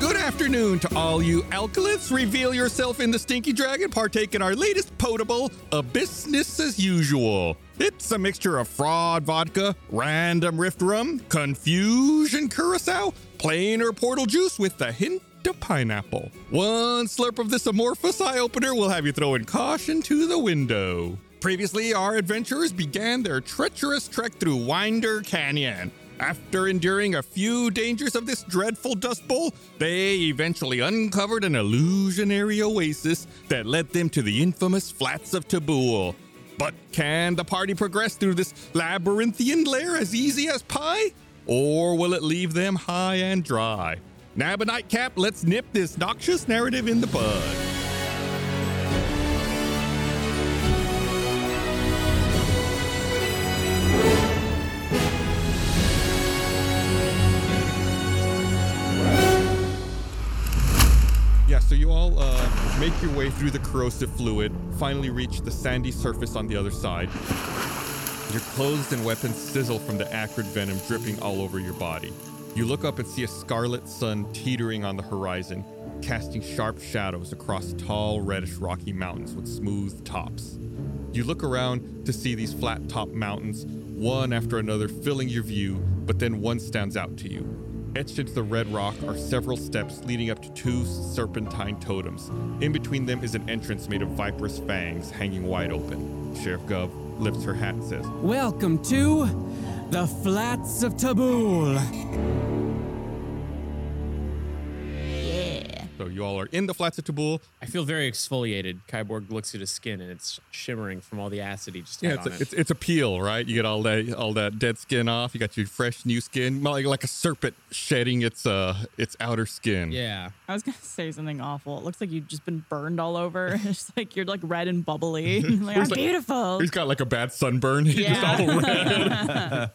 Good afternoon to all you alkalists. Reveal yourself in the Stinky Dragon. Partake in our latest potable, a business as usual. It's a mixture of fraud vodka, random rift rum, confusion curacao, plain or portal juice with a hint of pineapple. One slurp of this amorphous eye opener will have you throwing caution to the window. Previously, our adventurers began their treacherous trek through Winder Canyon. After enduring a few dangers of this dreadful dust bowl, they eventually uncovered an illusionary oasis that led them to the infamous flats of Tabul. But can the party progress through this labyrinthian lair as easy as pie? Or will it leave them high and dry? Nab a nightcap, let's nip this noxious narrative in the bud. Yeah, so you all uh, make your way through the corrosive fluid, finally reach the sandy surface on the other side. Your clothes and weapons sizzle from the acrid venom dripping all over your body. You look up and see a scarlet sun teetering on the horizon, casting sharp shadows across tall, reddish rocky mountains with smooth tops. You look around to see these flat top mountains, one after another filling your view, but then one stands out to you. Etched into the red rock are several steps leading up to two serpentine totems. In between them is an entrance made of viperous fangs hanging wide open. Sheriff Gubb lifts her hat and says, Welcome to the Flats of Tabul. So you all are in the flats of Tabul. I feel very exfoliated. Kyborg looks at his skin and it's shimmering from all the acid he just Yeah, had it's on a, it. it's, it's a peel, right? You get all that all that dead skin off. You got your fresh new skin, like, like a serpent shedding its uh its outer skin. yeah. I was gonna say something awful. It looks like you've just been burned all over. It's just like you're like red and bubbly. like I'm like- beautiful. He's got like a bad sunburn. He's just Yeah. all red.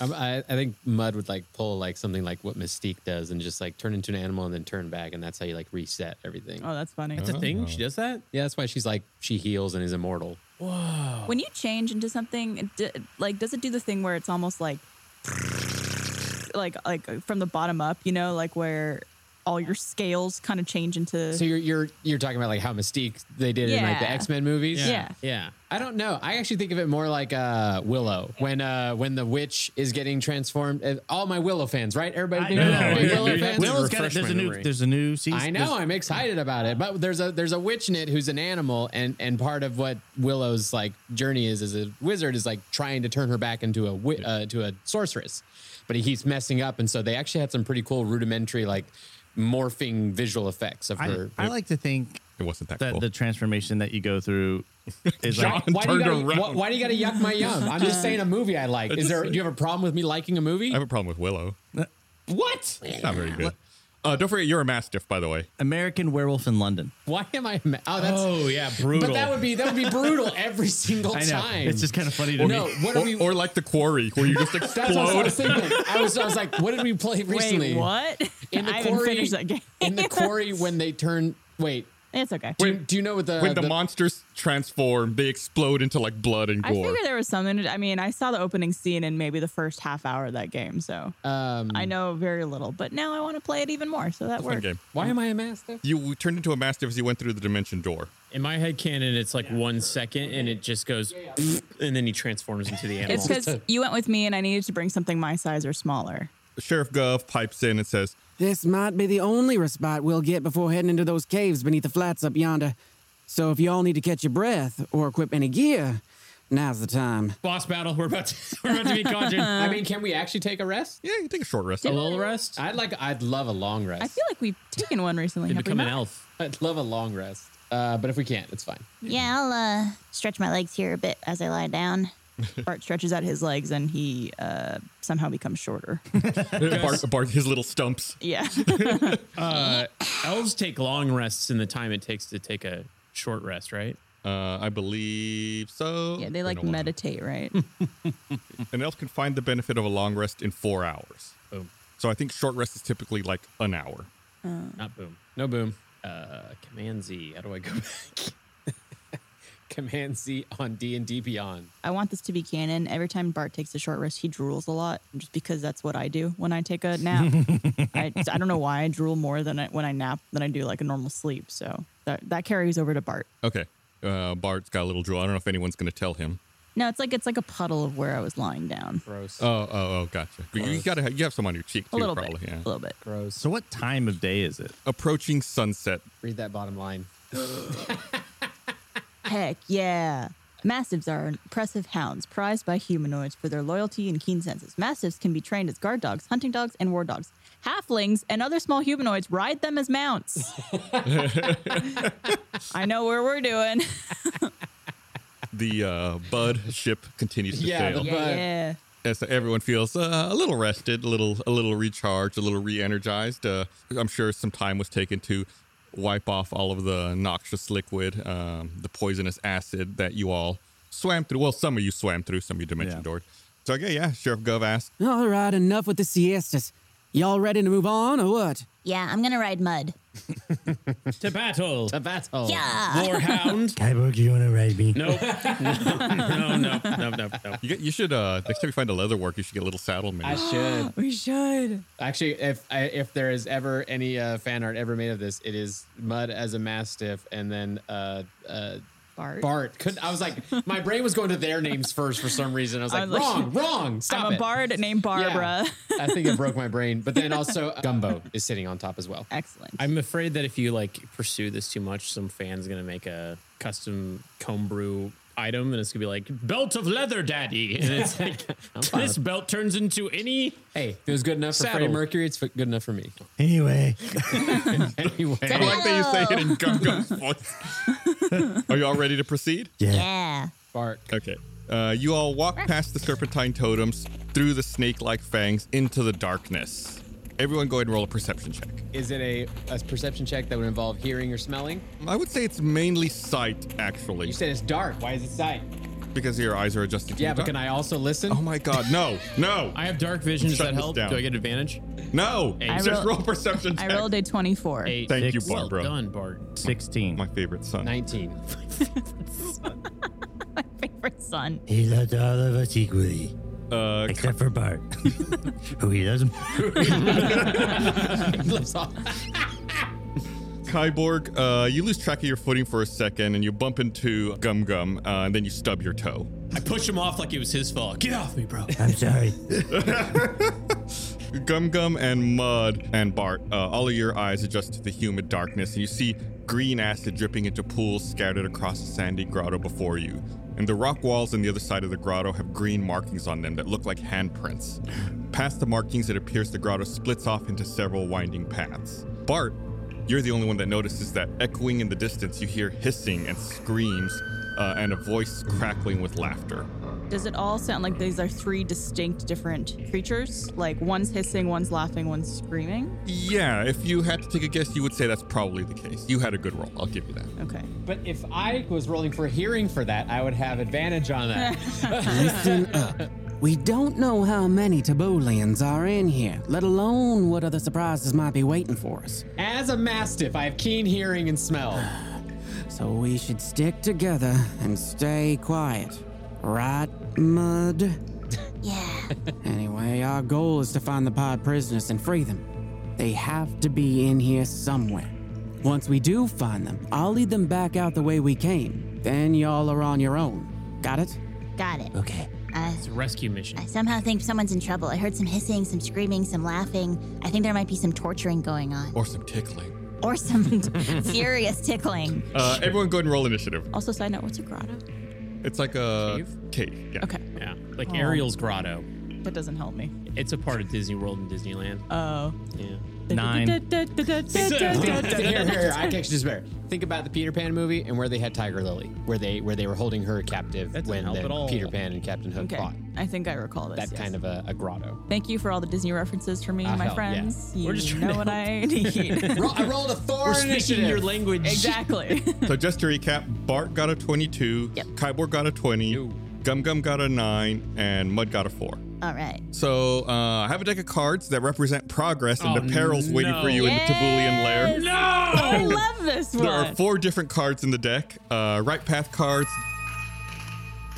I'm, I, I think Mud would like pull like something like what Mystique does and just like turn into an animal and then turn back, and that's how you like reset everything. Oh, that's funny. That's a thing? She does that? yeah, that's why she's like she heals and is immortal. when you change into something, it d- like does it do the thing where it's almost like, like like from the bottom up? You know, like where all your scales kind of change into. So you're you're you're talking about like how Mystique they did in like the Yeah. X Men movies. Yeah. Yeah. I don't know. I actually think of it more like uh, Willow when uh, when the witch is getting transformed. Uh, All my Willow fans, right? Everybody, I think of know. all my Yeah. Willow Yeah. fans. Willow- Willow's got it. refresh There's my a new. memory. There's a new season. I know. I'm excited about it, but there's a there's a witch in it who's an animal, and and part of what Willow's like journey is as a wizard is like trying to turn her back into a wi- uh, to a sorceress, but he keeps messing up, and so they actually had some pretty cool rudimentary like morphing visual effects of I, her. I like to think It wasn't that, that cool. the transformation that you go through is like. John why do, turned you around. gotta, why, why do you gotta yuck my yum? I'm just saying a movie I like. Is there? Do you have a problem with me liking a movie? I have a problem with Willow. what? Not very good. Uh, don't forget, you're a mastiff, by the way. American Werewolf in London. Why am I? ma- Oh, that's. yeah. But that would be that would be brutal every single I know. time. It's just kind of funny to no. me. What are Or, we? or like the quarry, where you just That's what I explode. was thinking. I was, I was like, what did we play recently? Wait, what? In the I haven't quarry. finished that game. In the quarry when they turn. Wait. it's okay. Do, you- do you know what the? when the, the- monsters transform, they explode into like blood and I gore. figured there was something. I mean, I saw the opening scene in maybe the first half hour of that game, so um, I know very little. But now I want to play it even more, so that Fun worked. game. why am I a master? You turned into a mastiff as you went through the dimension door. In my head canon, it's like one second and it just goes and then he transforms into the It's animal. because you went with me, and I needed to bring something my size or smaller. Sheriff Gov pipes in and says, This might be the only respite we'll get before heading into those caves beneath the flats up yonder. So if you all need to catch your breath or equip any gear, now's the time. boss battle. We're about to, we're about to be conjured. I mean, can we actually take a rest? "Yeah, you take a short rest." A little rest? I'd like. I'd love a long rest. I feel like we've taken one recently. You have we become an not? elf. I'd love a long rest. Uh, but if we can't, it's fine. Yeah, I'll uh, stretch my legs here a bit as I lie down. Bart stretches out his legs, and he uh, somehow becomes shorter. Bart, Bart, his little stumps. yeah. Uh, elves take long rests in the time it takes to take a short rest, right? Uh, I believe so. Yeah, they I like don't wanna- meditate, right? An elf can find the benefit of a long rest in four hours. So I think short rest is typically like an hour. Not boom. No boom. Uh, Command Z. How do I go back? Command C on D and D Beyond. I want this to be canon. Every time Bart takes a short rest, he drools a lot, just because that's what I do when I take a nap. I, I don't know why I drool more than I, when I nap than I do like a normal sleep. So that that carries over to Bart. Okay. Uh, Bart's got a little drool. I don't know if anyone's going to tell him. No, it's like it's like a puddle of where I was lying down. Gross. Oh, oh, oh, gotcha. But you got to have, you have some on your cheek too, A little probably. bit, Yeah. a little bit. Gross. So what time of day is it? Approaching sunset. Read that bottom line. Heck yeah. Mastiffs are impressive hounds prized by humanoids for their loyalty and keen senses. Mastiffs can be trained as guard dogs, hunting dogs, and war dogs. Halflings and other small humanoids ride them as mounts. I know where we're doing. The uh, bud ship continues to Yeah, sail. the Yeah, But- yeah. And so everyone feels uh, a little rested, a little, a little recharged, a little re-energized. Uh, I'm sure some time was taken to wipe off all of the noxious liquid, um, the poisonous acid that you all swam through. Well, some of you swam through, some of you dimension Yeah. doored. So okay, yeah, Sheriff Gov asked. All right, enough with the siestas. Y'all ready to move on or what? Yeah, I'm gonna ride mud. to battle. The battle. Yeah. Warhound. Kyborg, you want to ride me? Nope. no, no, no, no, no. You, get, you should uh, next time you find a leather work, you should get little saddle I made. should We should. actually, if I, if there is ever any uh, fan art ever made of this, it is Mud as a Mastiff, and then uh, uh, Bart. Bart. Could I was like, my brain was going to their names first for some reason. I was like, was like, wrong, wrong. Stop I'm a it. bard named Yeah. Barbara. I think it broke my brain, but then also uh, Gumbo is sitting on top as well. Excellent. I'm afraid that if you like pursue this too much, some fan's gonna make a custom comb brew item, and it's gonna be like belt of leather, daddy, and it's like this belt turns into any. Hey, if it was good enough for Freddie Saddle. Mercury. It's good enough for me. Anyway, I Anyway, like that you say it in Gum Gum's voice. Are you all ready to proceed? yeah. Bart. Okay. Uh, you all walk past the serpentine totems, through the snake-like fangs, into the darkness. Everyone, go ahead and roll a perception check. Is it a, a perception check that would involve hearing or smelling? I would say it's mainly sight, actually, You said it's dark. Why is it sight? because your eyes are adjusted. To Yeah, the but dark. can I also listen? Oh my God! No, no, I have dark vision. Does Shut that this help? down. Do I get advantage? no! I Just roll roll- perception I check. rolled a 24. Eight. Thank you, Six. Well Barbara. done, Bart. 16. my favorite son. 19. Favorite son. He loved all of us equally, Uh, except for Bart, who he doesn't. Lips off. Kyborg, uh, you lose track of your footing for a second, and you bump into Gum Gum, uh, and then you stub your toe. I push him off like it was his fault. Get off me, bro. I'm sorry. Gum Gum and Mud and Bart, uh, all of your eyes adjust to the humid darkness, and you see green acid dripping into pools scattered across the sandy grotto before you. And the rock walls on the other side of the grotto have green markings on them that look like handprints. Past the markings, it appears the grotto splits off into several winding paths. Bart, you're the only one that notices that echoing in the distance, you hear hissing and screams uh, and a voice crackling with laughter. Does it all sound like these are three distinct different creatures? Like one's hissing, one's laughing, one's screaming? Yeah, if you had to take a guess, you would say that's probably the case. You had a good roll, I'll give you that. Okay. But if I was rolling for hearing for that, I would have advantage on that. Listen up. We don't know how many Tabolians are in here, let alone what other surprises might be waiting for us. As a mastiff, I have keen hearing and smell. So we should stick together and stay quiet. Right, Mud? Yeah. Anyway, our goal is to find the pod prisoners and free them. They have to be in here somewhere. Once we do find them, I'll lead them back out the way we came. Then y'all are on your own. Got it? Got it. Okay. Uh, It's a rescue mission. I somehow think someone's in trouble. I heard some hissing, some screaming, some laughing. I think there might be some torturing going on. Or some tickling. Or some furious tickling. Uh, everyone go ahead and roll initiative. Also, side note, what's a grotto? It's like a Cave? cave, yeah. Okay. Yeah, like Ariel's grotto. That doesn't help me. It's a part of Disney World and Disneyland. Oh. Yeah. Nine. here, here, here, I can actually just bear. Think about the Peter Pan movie and where they had Tiger Lily, where they where they were holding her captive That doesn't when help the at all. Peter Pan and Captain Hook Okay. fought. I think I recall this. That yes. kind of a, a grotto. Thank you for all the Disney references for me and Uh, my hell, yeah. friends. You We're just trying know to what I need. Roll, I rolled a Thor We're speaking your language. exactly. So just to recap, Bart got a 22, Yep. Kyborg got a 20, Gum Gum got a nine, and Mud got a four. All right. So uh, I have a deck of cards that represent progress and the perils waiting for no. you in the Tabulian lair. Yes! I love this one. There are four different cards in the deck uh, right path cards,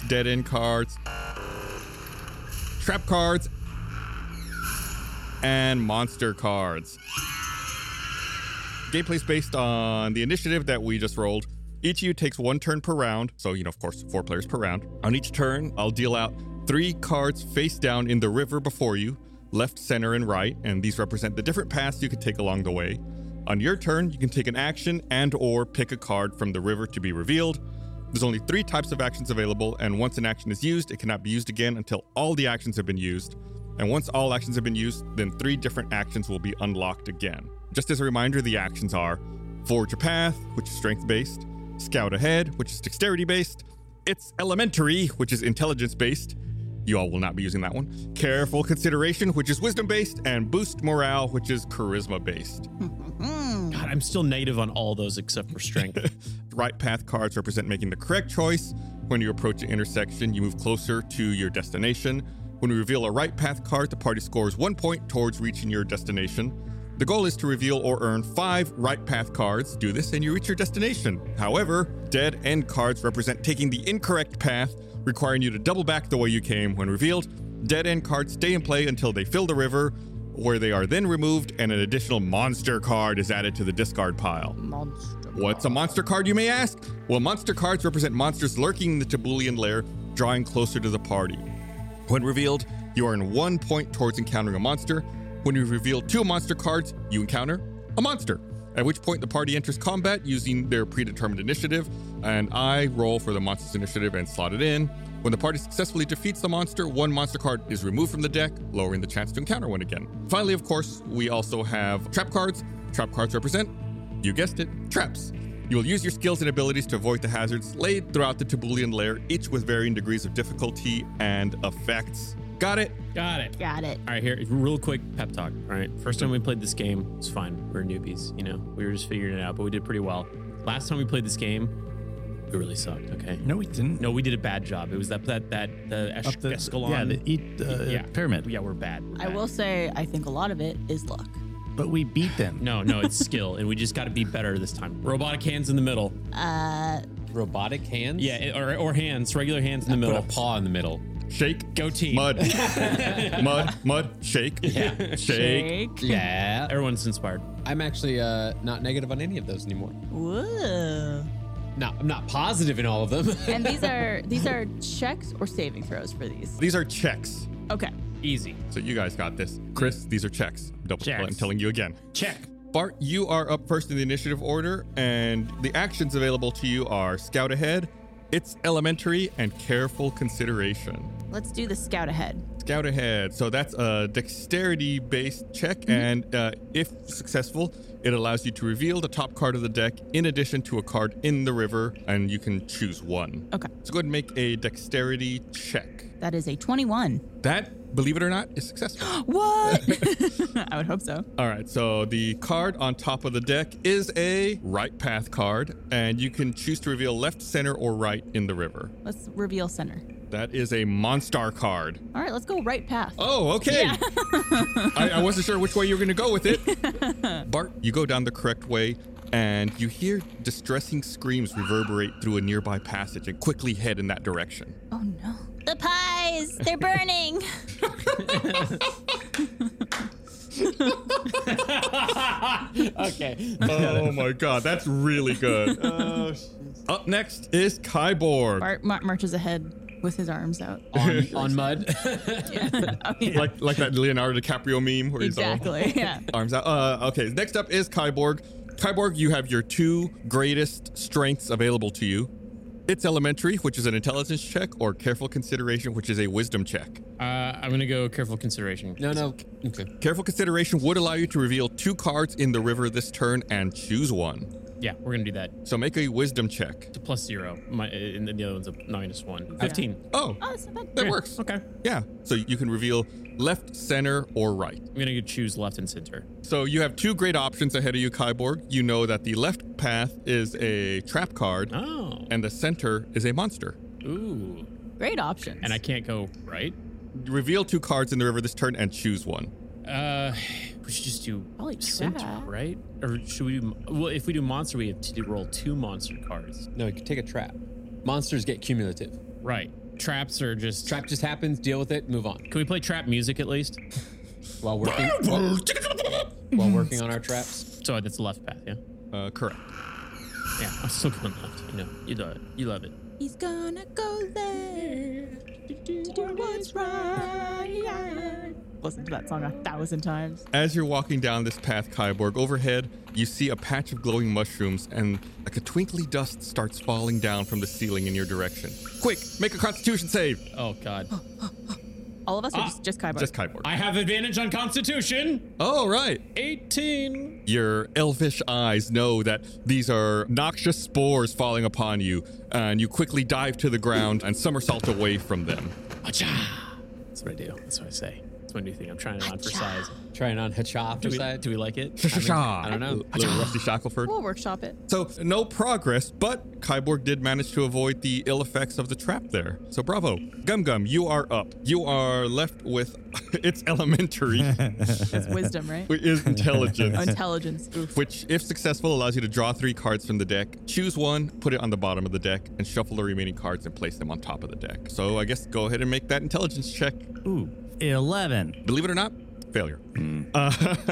dead end cards, trap cards, and monster cards. Gameplay's based on the initiative that we just rolled. Each of you takes one turn per round. So, you know, of course, four players per round. On each turn, I'll deal out three cards face down in the river before you left, center, and right. And these represent the different paths you could take along the way. On your turn, you can take an action and or pick a card from the river to be revealed. There's only three types of actions available, and once an action is used, it cannot be used again until all the actions have been used. And once all actions have been used, then three different actions will be unlocked again. Just as a reminder, the actions are Forge a Path, which is strength based, Scout Ahead, which is dexterity based, It's Elementary, which is intelligence based. You all will not be using that one. Careful Consideration, which is wisdom based, and Boost Morale, which is charisma based. God, I'm still negative on all those except for strength. Right path cards represent making the correct choice. When you approach an intersection, you move closer to your destination. When we reveal a right path card, the party scores one point towards reaching your destination. The goal is to reveal or earn five right path cards. Do this and you reach your destination. However, dead end cards represent taking the incorrect path, requiring you to double back the way you came. When revealed, dead end cards stay in play until they fill the river, where they are then removed and an additional monster card is added to the discard pile. What's a monster card, you may ask? Well, monster cards represent monsters lurking in the Tabulian lair, drawing closer to the party. When revealed, you earn one point towards encountering a monster. When you reveal two monster cards, you encounter a monster. At which point, the party enters combat using their predetermined initiative, and I roll for the monster's initiative and slot it in. When the party successfully defeats the monster, one monster card is removed from the deck, lowering the chance to encounter one again. Finally, of course, we also have trap cards. Trap cards represent you guessed it, traps. You will use your skills and abilities to avoid the hazards laid throughout the Tabulian lair, each with varying degrees of difficulty and effects. Got it? Got it. Got it. All right, here, real quick pep talk. All right, first time we played this game, it's fine. We're newbies, you know, we were just figuring it out, but we did pretty well. Last time we played this game, we really sucked. Okay. No, we didn't. No, we did a bad job. It was that that that the es- Up the- Escalon. Yeah, the E, eat, uh, Yeah. pyramid. Yeah, we're bad. We're I bad. will say, I think a lot of it is luck. But we beat them. No, no, it's skill, and we just got to be better this time. Robotic hands in the middle. Robotic hands? Yeah, it- or, or hands, regular hands in the Put a middle. paw in the middle. Shake. Go team. Mud. mud. Mud. Shake. Yeah. Shake. Yeah. Everyone's inspired. I'm actually uh, not negative on any of those anymore. Whoa. No, I'm not positive in all of them. And these are these are checks or saving throws for these. These are checks. Okay. Easy. So you guys got this. Chris, these are checks. Double Checks. I'm telling you again. Check. Bart, you are up first in the initiative order, and the actions available to you are Scout Ahead, It's Elementary, and Careful Consideration. Let's do the scout ahead. Scout ahead. So that's a dexterity based check, and uh, if successful, it allows you to reveal the top card of the deck in addition to a card in the river, and you can choose one. Okay. So go ahead and make a dexterity check. That is a 21. That, believe it or not, is successful. What? I would hope so. All right, so the card on top of the deck is a right path card, and you can choose to reveal left, center, or right in the river. Let's reveal center. That is a Monstar card. All right, let's go right path. Oh, okay. I, I wasn't sure which way you were going to go with it. Bart, you go down the correct way, and you hear distressing screams reverberate through a nearby passage and quickly head in that direction. Oh no. The pies, they're burning. Okay. Oh my god, that's really good. Up next is Kyborg. Bart mar- marches ahead with his arms out. on, on mud. Like, like that Leonardo DiCaprio meme where Exactly. Yeah. he's all arms out. Uh, okay, next up is Kyborg. Kyborg, you have your two greatest strengths available to you. It's elementary, which is an intelligence check, or careful consideration, which is a wisdom check. Uh, I'm gonna go careful consideration. No, no. Okay. Careful consideration would allow you to reveal two cards in the river this turn and choose one. Yeah, we're gonna do that. So make a wisdom check. It's a plus zero. My and then the other one's a minus one. Fifteen. Oh, Oh, that's not bad. that Yeah, works. Okay. I'm Yeah. So you can reveal left, center, or right. gonna go choose left and center. So you have two great options ahead of you, Kyborg. You know that the left path is a trap card Oh. and the center is a monster. Ooh. Great options. And I can't go right. Reveal two cards in the river this turn and choose one. Uh, we should just do Probably center, trap. right? Or should we? do- Well, if we do monster, we have to do, roll two monster cards. No, you can take a trap. Monsters get cumulative. Right. Traps are just. Trap just happens, deal with it, move on. Can we play trap music at least? While working while working on our traps. So that's the left path, yeah. Uh, correct. Yeah, I'm still going left. You know, you love it. You love it. He's gonna go there to do what's right. Listen to that song a thousand times. As you're walking down this path, Kyborg, overhead, you see a patch of glowing mushrooms and like a twinkly dust starts falling down from the ceiling in your direction. Quick, make a constitution save. Oh God. All of us are just, just Kyber. Just Kyborg. I have advantage on Constitution. oh, right. 18. Your elfish eyes know that these are noxious spores falling upon you, and you quickly dive to the ground and somersault away from them. Acha. That's what I do. That's what I say. That's my new thing. I'm trying it on for size. Trying on Hacha for Do we, side. do we like it? I don't know. Little Rusty Shackleford. We'll workshop it. So, no progress, but Kyborg did manage to avoid the ill effects of the trap there. So, bravo. Gum Gum, you are up. You are left with its elementary, It's wisdom, right? which is Oh, intelligence, Intelligence. Oof. which, if successful, allows you to draw three cards from the deck, choose one, put it on the bottom of the deck, and shuffle the remaining cards and place them on top of the deck. So, I guess go ahead and make that intelligence check. Ooh, 11. Believe it or not, failure. Uh,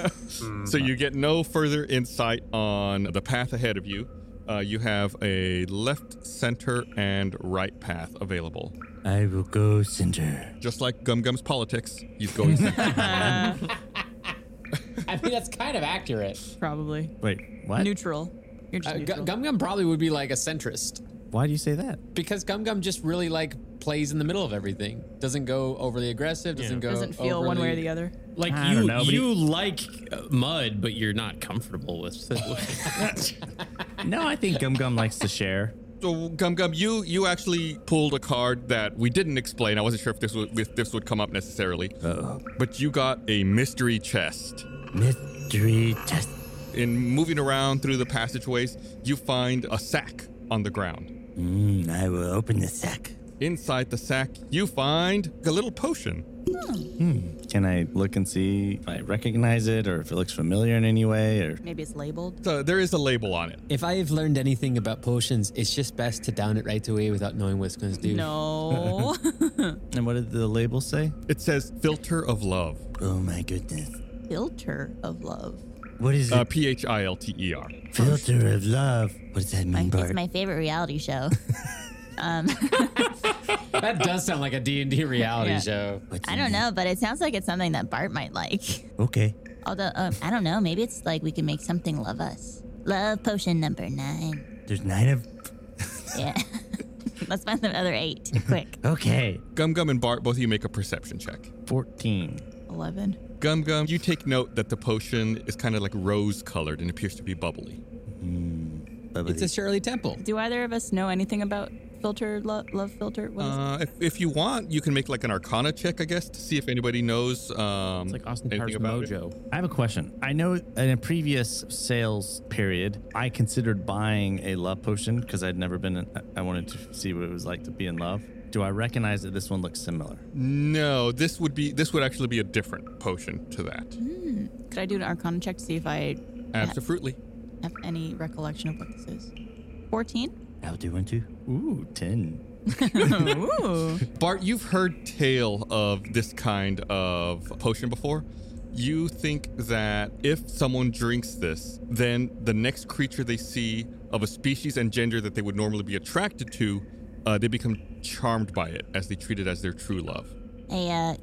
so you get no further insight on the path ahead of you. Uh, you have a left, center, and right path available. I will go center. Just like Gum Gum's politics, he's going. center. I mean that's kind of accurate. Probably. Wait, what? Neutral. You're just Uh, neutral. Gum Gum probably would be like a centrist. Why do you say that? Because Gum Gum just really like plays in the middle of everything. Doesn't go overly aggressive, doesn't go Doesn't feel one way or the other. Like I you, don't know, but you like uh, mud, but you're not comfortable with. No, I think Gum Gum likes to share. so Gum Gum, you you actually pulled a card that we didn't explain. I wasn't sure if this would if this would come up necessarily, Uh-oh. but you got a mystery chest. Mystery test. In moving around through the passageways, you find a sack on the ground. Mm, I will open the sack. Inside the sack, you find a little potion. Can I look and see if I recognize it or if it looks familiar in any way or Maybe it's labeled. So Uh, there is a label on it. If I have learned anything about potions, it's just best to down it right away without knowing what it's going to do. No. and what did the label say? It says filter of love. Oh my goodness. Filter of love. What is Uh, it? P H I L T E R. Filter of love. What does that My, mean, it's Bart? my favorite reality show. That does sound like a D&D reality Yeah. show. What's I in don't it? know, but it sounds like it's something that Bart might like. Okay. Although, um, I don't know. Maybe it's like we can make something love us. Love potion number nine. There's nine of. Yeah. Let's find the other eight quick. Okay. Gum Gum and Bart, both of you make a perception check. 14? 11. Gum Gum, you take note that the potion is kind of like rose colored and appears to be bubbly. It's a Shirley Temple. Do either of us know anything about filter, lo- love filter? What is it? Uh, if, if you want, you can make like an arcana check, I guess, to see if anybody knows. Um, It's like Austin anything Powers about it. Mojo. I have a question. I know in a previous sales period, I considered buying a love potion because I'd never been. In, I wanted to see what it was like to be in love. Do I recognize that this one looks similar? No, this would be this would actually be a different potion to that. Could I do an arcana check to see if I Absolutely. have any recollection of what this is? 14? I'll do one too. Ooh, 10. Ooh. Bart, you've heard tale of this kind of potion before. You think that if someone drinks this, then the next creature they see of a species and gender that they would normally be attracted to, uh, they become charmed by it as they treat it as their true love. Hey, uh, uh,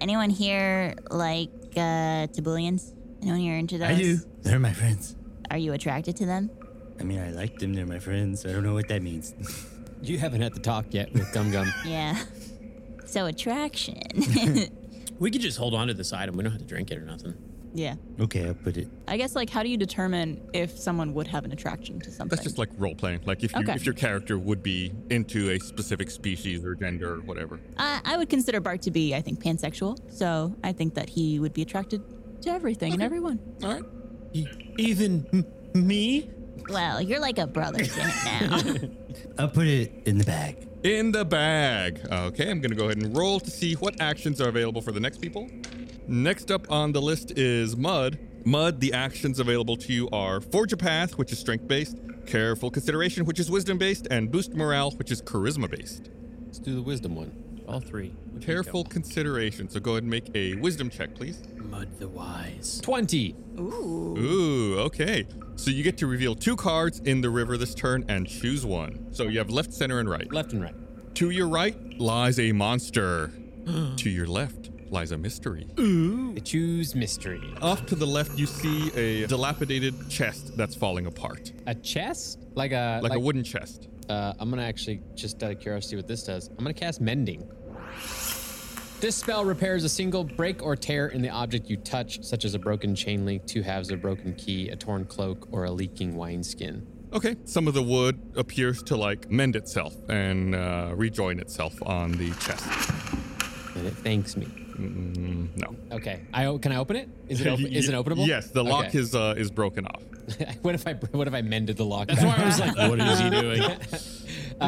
anyone here like uh, Tabulians? Anyone here into those? I do. They're my friends. Are you attracted to them? I mean, I like them. They're my friends. I don't know what that means. You haven't had the talk yet with Gum Gum. Yeah. So attraction. We could just hold on to this item. We don't have to drink it or nothing. yeah. Okay, I'll put it. I guess, like, how do you determine if someone would have an attraction to something? That's just like role playing. Like if you, Okay. if your character would be into a specific species or gender or whatever. Uh, I, I would consider Bart to be, I think, pansexual. So I think that he would be attracted to everything and everyone. All right. Even me? well, you're like a brother to him now. I'll put it in the bag. in the bag. Okay, I'm gonna go ahead and roll to see what actions are available for the next people. Next up on the list is Mud. Mud, the actions available to you are Forge a Path, which is strength based, Careful Consideration, which is wisdom based, and Boost Morale, which is charisma based. Let's do the wisdom one. All three. Careful Consideration, so go ahead and make a wisdom check, please. Mud the wise. 20. Ooh. Ooh, okay. So you get to reveal two cards in the river this turn and choose one. So you have left, center, and right. Left and right. To your right lies a monster. to your left lies a mystery. I choose mystery. Off to the left, you see a dilapidated chest that's falling apart, A chest? Like a like, a wooden chest. Uh, I'm gonna actually just out of curiosity what this does. I'm gonna cast mending. This spell repairs a single break or tear in the object you touch, such as a broken chain link, two halves of a broken key, a torn cloak, or a leaking wineskin. Okay, some of the wood appears to like mend itself and uh, rejoin itself on the chest. And it thanks me. Mm, no. Okay, I o- can I open it? Is it open, is it Y- openable? Yes, the lock Okay. is uh, is broken off. what if I what if I mended the lock? That's why I was like, what is he doing? uh,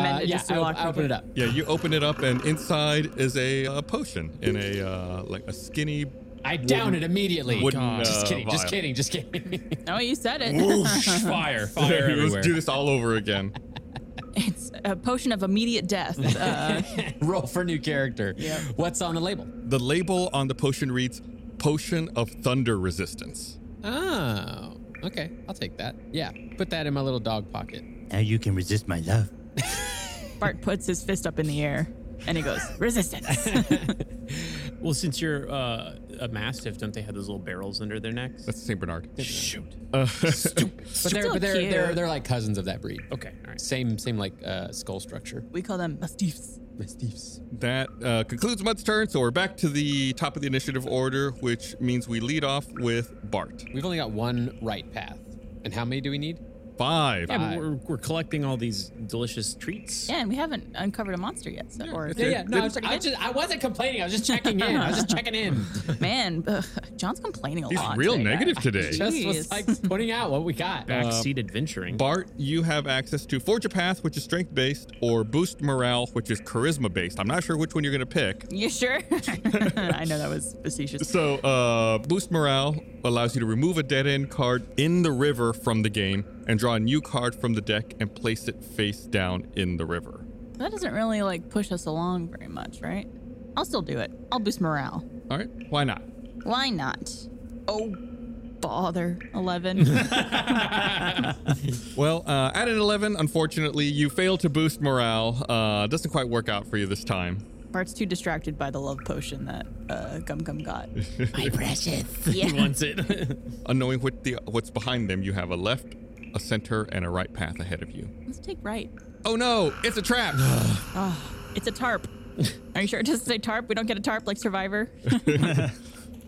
Mend it yeah, just so I, the op- lock I open it up. Yeah, you open it up and inside is a uh, potion in a uh, like a skinny. I down it immediately. wooden, just uh, kidding. Just vial. kidding. Just kidding. No, you said it. Whoosh, fire, fire everywhere. Let's do this all over again. it's a potion of immediate death. Uh, Roll for new character. What's on the label? The label on the potion reads "Potion of Thunder Resistance." Oh, okay. I'll take that. Yeah, put that in my little dog pocket. Now you can resist my love. Bart puts his fist up in the air and he goes, Resistance. Well, since you're uh, a mastiff, don't they have those little barrels under their necks? That's Saint Bernard. Shoot. But they're Still but they're, cute. they're they're like cousins of that breed. Okay, all right. Same same like uh, skull structure. we call them mastiffs. Mastiffs. That uh, concludes Mud's turn, so we're back to the top of the initiative order, which means we lead off with Bart. We've only got one right path. And how many do we need? Five. Yeah, but Five. we're, we're collecting all these delicious treats. Yeah, and we haven't uncovered a monster yet. So, or Yeah, yeah. No, I, was, I, was just, I wasn't complaining. I was just checking in. I was just checking in. man, ugh, John's complaining a He's lot. real today, guys. negative today. Just was Jeez. like pointing out what we got. Backseat adventuring. Bart, you have access to Forge a Path, which is strength based, or Boost Morale, which is charisma based. I'm not sure which one you're going to pick. You sure? I know that was facetious. So, uh, Boost Morale allows you to remove a dead end card in the river from the game and draw a new card from the deck and place it face down in the river. That doesn't really like push us along very much, right? I'll still do it. I'll boost morale. All right, why not? Why not? Oh, bother. 11. Well, uh, at an 11, unfortunately, you fail to boost morale. Uh, doesn't quite work out for you this time. Bart's too distracted by the love potion that uh, Gum Gum got. My precious. He wants it. Unknowing what the, what's behind them, you have a left, a center, and a right path ahead of you. Let's take right. Oh no, it's a trap! It's a tarp. Are you sure it doesn't say tarp? We don't get a tarp like Survivor.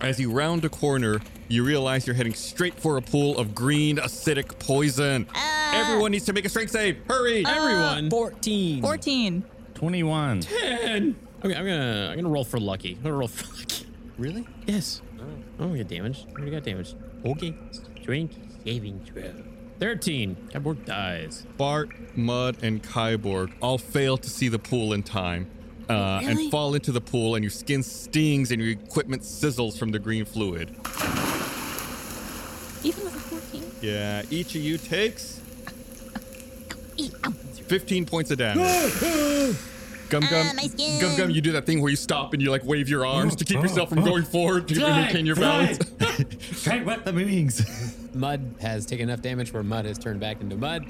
As you round a corner, you realize you're heading straight for a pool of green acidic poison. Everyone needs to make a strength save. Hurry! Everyone. 14. 14. 21. Okay, I'm gonna I'm gonna roll for lucky. I'm gonna roll for lucky. Really? Yes. Oh, I get damaged. I already got damaged. Okay. Drink saving throw. Thirteen. Cyborg dies. Bart, Mud, and Kyborg all fail to see the pool in time uh, and fall into the pool, and your skin stings and your equipment sizzles from the green fluid. Even with a 14. Yeah, each of you takes um. 15 points of damage. Gum gum, Ah, my skin. gum gum. You do that thing where you stop and you like wave your arms to keep yourself from going forward to maintain your balance. Try wet the wings. Mud has taken enough damage where Mud has turned back into Mud.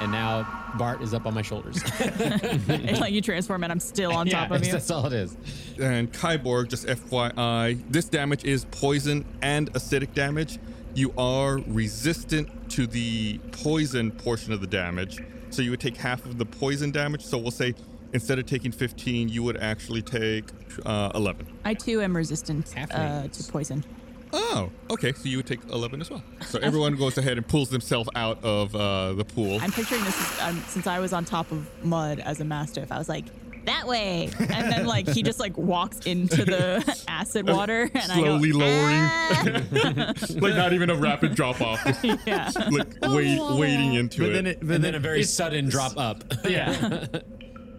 And now Bart is up on my shoulders. It's like you transform and I'm still on Yeah, top of you. That's all it is. and Kyborg, just FYI, this damage is poison and acidic damage. You are resistant to the poison portion of the damage. So you would take half of the poison damage. So we'll say instead of taking 15, you would actually take uh, 11. I too am resistant uh, Halflings. to poison. Oh, okay. So you would take 11 as well. So everyone goes ahead and pulls themselves out of uh, the pool. I'm picturing this as, um, since I was on top of mud as a mastiff. I was like, that way, and then like he just like walks into the acid water, and Slowly I go, lowering. "Ah." like, not even a rapid drop off. yeah. Oh, like, wait, wading into But it. then it, but And then then a very sudden drop up. yeah.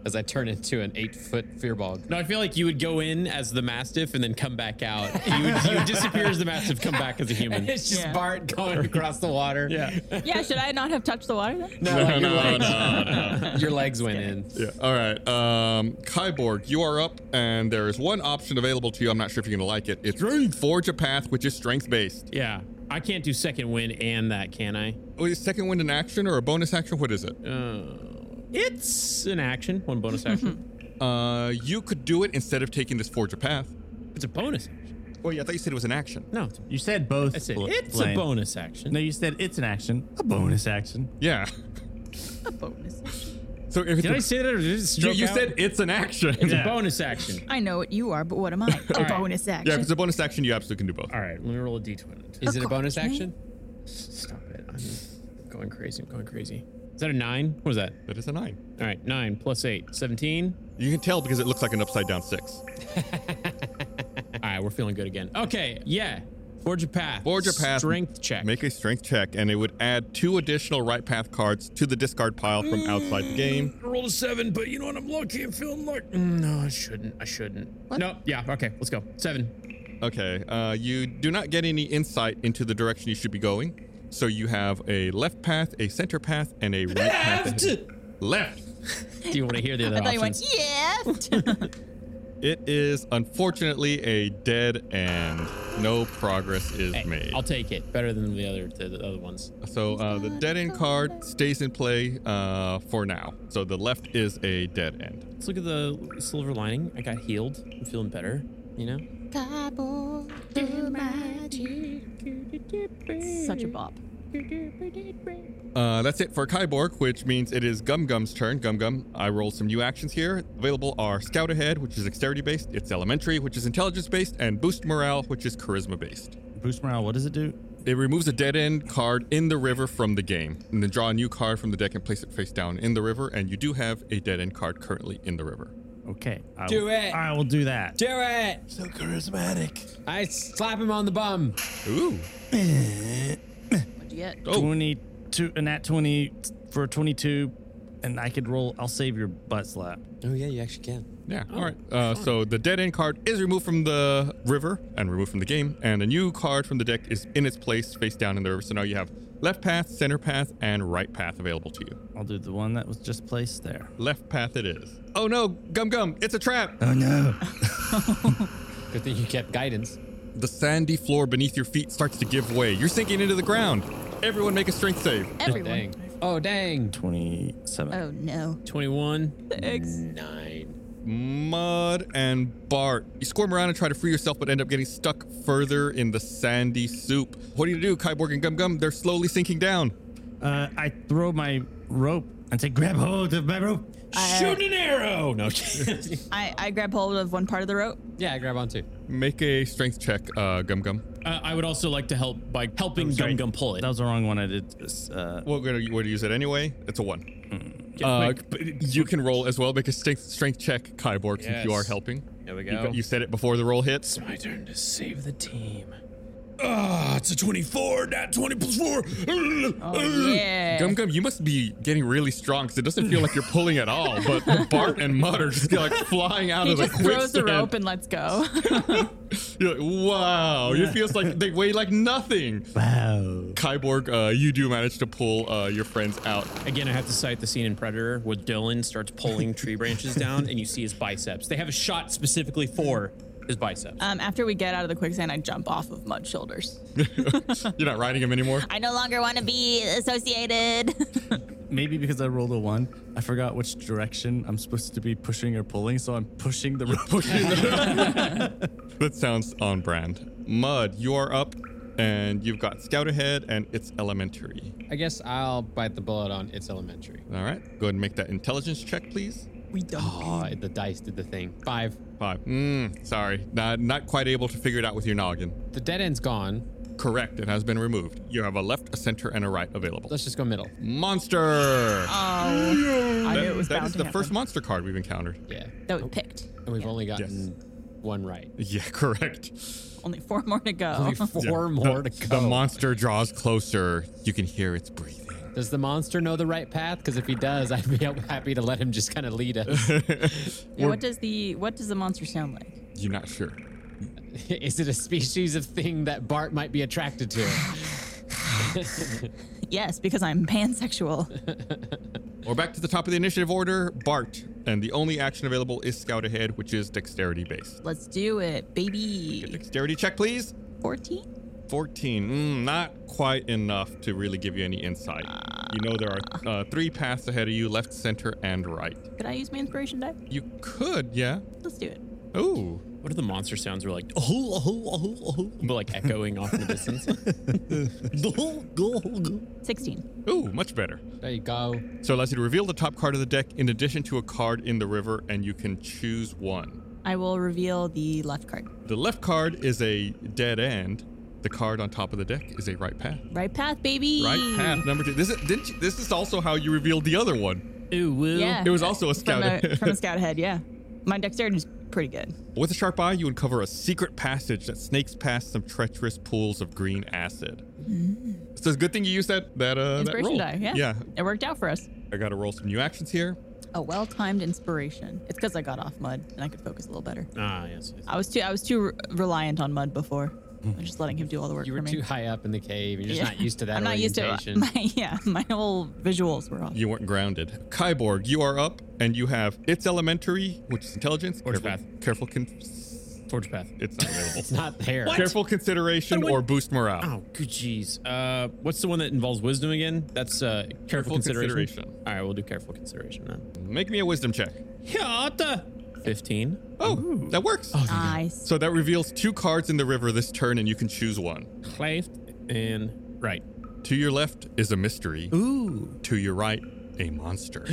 as I turn into an eight foot fearbog. No, I feel like you would go in as the mastiff and then come back out. You would, you would disappear as the mastiff, come back as a human. It's just Bart going across the water. Yeah. yeah, should I not have touched the water then? No, your legs, Your legs went in. Yeah. All right. Um, Kyborg, you are up, and there is one option available to you. I'm not sure if you're going to like it. It's forge a path, which is strength based. Yeah. I can't do second wind and that, can I? Wait, Oh, is second wind an action or a bonus action? What is it? Uh, it's an action, one bonus action. Uh, you could do it instead of taking this forge a path. It's a bonus. Well, yeah, I thought you said it was an action. No, You said both. I said, Bl- "It's a Blaine." bonus action. No, you said it's an action. A bonus action. Yeah. A bonus. So if it's Did a- I say that or did it just you, stroke you out? said it's an action. it's Yeah. a bonus action. I know what you are, but what am I? A bonus Yeah, if action. it's a bonus action, you absolutely can do both. All right, let me roll a d20. Is it a course, bonus man. action? Stop it. I'm going crazy. I'm going crazy. Is that a nine? What was that? That is a nine. All right, nine plus eight, 17. You can tell because it looks like an upside down six. All right, we're feeling good again. Okay, yeah. Forge a path. Forge a path. Strength check. Make a strength check, and it would add two additional right path cards to the discard pile from outside the game. I rolled a seven, but you know what? I'm lucky. I'm feeling like. Mm, No, I shouldn't. I shouldn't. No. Yeah. Okay. Let's go. Seven. Okay, uh, you do not get any insight into the direction you should be going. So you have a left path, a center path, and a right path. Left. Do you want to hear the other I thought you went, options? yeah. It is unfortunately a dead end. No progress is Hey, made. I'll take it. Better than the other the, the other ones. So uh, the dead end card stays in play uh, for now. So the left is a dead end. Let's look at the silver lining. I got healed. I'm feeling better. You know. Such a bop. Uh, that's it for Kyborg, which means it is Gum Gum's turn. Gum Gum, I roll some new actions here. Available are Scout Ahead, which is dexterity based, it's Elementary, which is intelligence based, and Boost Morale, which is charisma based. Boost morale. What does it do? It removes a dead end card in the river from the game, and then draw a new card from the deck and place it face down in the river. And you do have a dead end card currently in the river. Okay. I Do will- it. I will do that. Do it! So charismatic. I slap him on the bum. Ooh, What'd you get? Oh. 22, a nat 20 for a 22, and I could roll. I'll save your butt slap. Oh yeah, you actually can. yeah. all right. Uh, so the dead end card is removed from the river and removed from the game, and a new card from the deck is in its place face down in the river. So now you have left path, center path, and right path available to you. I'll do the one that was just placed there. Left path it is. Oh no, Gum Gum, it's a trap! Oh no. Good thing you kept guidance. The sandy floor beneath your feet starts to give way. You're sinking into the ground. Everyone make a strength save. Everyone. Dang. Oh dang. 27. Oh no. Twenty-one. Thanks. Nine. Mud and Bart. You squirm around and try to free yourself, but end up getting stuck further in the sandy soup. What do you do, Kyborg and Gum Gum? They're slowly sinking down. Uh, I throw my rope and say, grab hold of my rope. Shoot an arrow. No. I, I grab hold of one part of the rope. Yeah, grab onto. Make a strength check, uh, Gum Gum. uh, I would also like to help by helping I'm sorry. Gum Gum pull it. That was the wrong one I did. This, Uh, We're gonna, we're gonna use it anyway. It's a one. Mm. Uh, but you can roll as well. Make a strength, strength check, Kyborg, since you Yes. are helping. There we You, go. got- you said it before the roll hits. My turn to save the team. Ah, it's a 24, not 20 plus 4. Oh, yeah. Gum Gum, you must be getting really strong because it doesn't feel like you're pulling at all. But Bart and Mud are just like flying out He of the just throws the quicksand. rope and lets go. You're like, wow. It feels like they weigh like nothing. Wow. Kyborg, uh, you do manage to pull uh, your friends out. Again, I have to cite the scene in Predator where Dylan starts pulling tree branches down and you see his biceps. They have a shot specifically for his biceps. um, after we get out of the quicksand, I jump off of Mud's shoulders. You're not riding him anymore. I no longer want to be associated. maybe because I rolled a one, I forgot which direction I'm supposed to be pushing or pulling, so I'm pushing the rope. That sounds on brand. Mud, you are up, and you've got Scout ahead, and it's elementary. I guess I'll bite the bullet on it's elementary. All right, go ahead and make that intelligence check, please. We don't. Oh, the dice did the thing. Five. Five. Mm, sorry, not not quite able to figure it out with your noggin. The dead end's gone. Correct, it has been removed. You have a left, a center, and a right available. Let's just go middle. Monster. Oh, I knew it was that bound is to the happen. first Oh. monster card we've encountered. Yeah. that we picked. And we've only gotten one right. Yeah, correct. Only four more to go. Only Yeah. four more the, Oh. to the go. monster draws closer. You can hear its breathing. Does the monster know the right path? Because if he does, I'd be happy to let him just kind of lead us. Yeah, what does the what does the monster sound like? You're not sure. Is it a species of thing that Bart might be attracted to? Yes, because I'm pansexual. We're back to the top of the initiative order, Bart, and the only action available is Scout Ahead, which is dexterity based. Let's do it, baby. Dexterity check, please. 14? 14. Mm, not quite enough to really give you any insight. You know there are uh, three paths ahead of you left, center, and right. Could I use my inspiration die? You could, yeah. Let's do it. Ooh. What are the monster sounds were like, oh, oh, oh, oh, but like echoing off in the distance? 16. Ooh, much better. There you go. So it allows you to reveal the top card of the deck in addition to a card in the river, and you can choose one. I will reveal the left card. The left card is a dead end. The card on top of the deck is a right path. Right path, baby. Right path number two. This is didn't you, this is also how you revealed the other one. Ooh, woo. Yeah. There was also a From scout. Oh, a, from a scout head, yeah. My dexterity is pretty good. With a sharp eye, you uncover a secret passage that snakes past some treacherous pools of green acid. So it's a good thing you used that that uh that Mm. Inspiration roll. die, yeah. Yeah. It worked out for us. I gotta roll some new actions here. A well-timed inspiration. It's because I got off mud and I could focus a little better. Ah, yes. yes. I was too I was too re- reliant on mud before. Hmm. I'm just letting him do all the work You were for me. too high up in the cave. You're just Yeah. not used to that I'm not used to it. orientation. My, yeah, my whole visuals were off. You weren't grounded. Kyborg, you are up, and you have its elementary, which is intelligence. Torch careful, path. Careful. Con- Torch path. it's not available. it's not there. Careful consideration or boost morale. Oh, good jeez. Uh, what's the one that involves wisdom again? That's uh, careful, Careful consideration. consideration. All right, we'll do careful consideration then. Make me a wisdom check. Yeah, the- 15. Oh, that works. Nice. So that reveals two cards in the river this turn, and you can choose one. Left and right. To your left is a mystery. Ooh. To your right, a monster.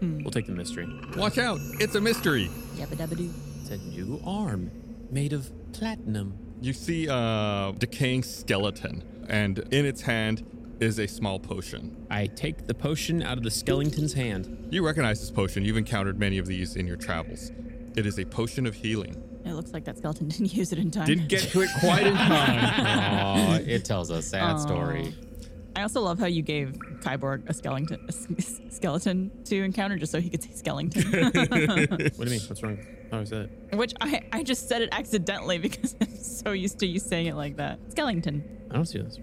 We'll take the mystery. Watch out! It's a mystery. Yabba dabba doo. It's a new arm made of platinum. You see a decaying skeleton, and in its hand is a small potion. I take the potion out of the skeleton's hand. You recognize this potion. You've encountered many of these in your travels. It is a potion of healing. It looks like that skeleton didn't use it in time. Didn't get to it quite in time. Aw, it tells a sad Aw. story. I also love how you gave Kyborg a skeleton a s- s- skeleton to encounter just so he could say skeleton, What do you mean? What's wrong? How is that? which I, I just said it accidentally because I'm so used to you saying it like that. Skeleton. I don't see this.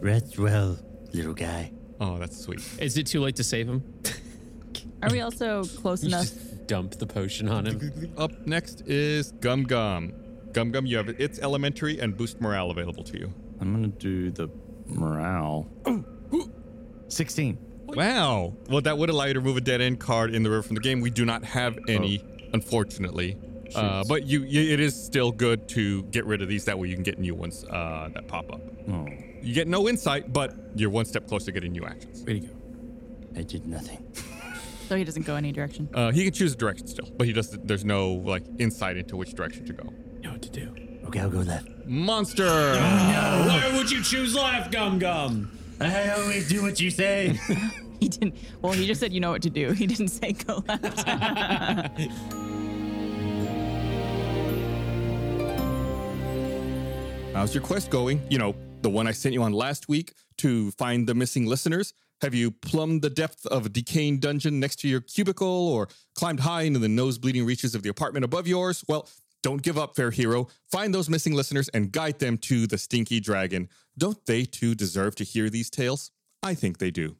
Rest well, little guy. Oh, that's sweet. Is it too late to save him? Are we also close You enough? just dump the potion on him. Up next is Gum Gum. Gum Gum, you have its elementary and boost morale available to you. I'm gonna do the morale. 16. Wow. Well, that would allow you to remove a dead end card in the river from the game. We do not have any, unfortunately. Uh, but you, you, it is still good to get rid of these. That way, you can get new ones uh, that pop up. Oh, You get no insight, but you're one step closer to getting new actions. Way to go. I did nothing. So he doesn't go any direction. Oh. Uh, he can choose a direction still, but he does. There's no like insight into which direction to go. Know what to do. Okay, I'll go left. Monster. Why would you choose life, Gum Gum? I always do what you say. He didn't. Well, he just said you know what to do. He didn't say go left. How's your quest going? You know, the one I sent you on last week to find the missing listeners? Have you plumbed the depth of a decaying dungeon next to your cubicle or climbed high into the nose bleeding reaches of the apartment above yours? Well, don't give up, fair hero. Find those missing listeners and guide them to the stinky dragon. Don't they too deserve to hear these tales? I think they do.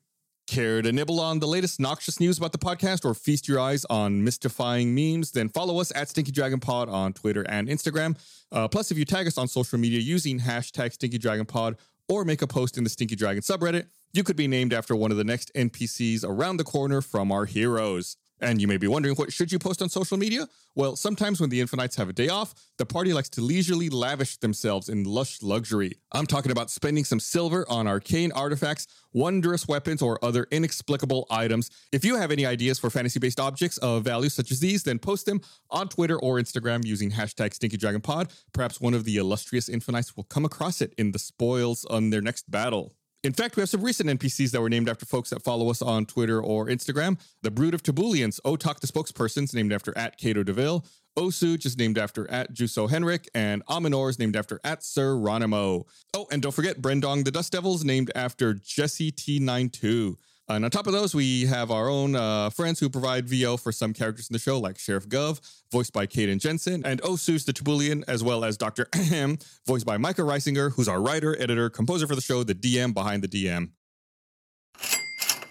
Care to nibble on the latest noxious news about the podcast or feast your eyes on mystifying memes? Then follow us at Stinky Dragon Pod on Twitter and Instagram. Uh, plus, if you tag us on social media using hashtag Stinky Dragon Pod or make a post in the Stinky Dragon subreddit, you could be named after one of the next NPCs around the corner from our heroes. And you may be wondering what should you post on social media? Well, sometimes when the Infinites have a day off, the party likes to leisurely lavish themselves in lush luxury. I'm talking about spending some silver on arcane artifacts, wondrous weapons, or other inexplicable items. If you have any ideas for fantasy-based objects of value such as these, then post them on Twitter or Instagram using hashtag StinkyDragonPod. Perhaps one of the illustrious Infinites will come across it in the spoils on their next battle. In fact, we have some recent NPCs that were named after folks that follow us on Twitter or Instagram. The Brood of Tabulians, Otak the Spokesperson's named after at Cato DeVille, Osu, just named after at Juso Henrik, and Aminor is named after at Sir Ronimo. Oh, and don't forget Brendong the Dust Devils, named after Jesse T92. And on top of those, we have our own uh, friends who provide VO for some characters in the show, like Sheriff Gov, voiced by Kaden Jensen, and Osus the Tabulian, as well as Dr. Ahem, voiced by Micah Reisinger, who's our writer, editor, composer for the show, the DM behind the DM.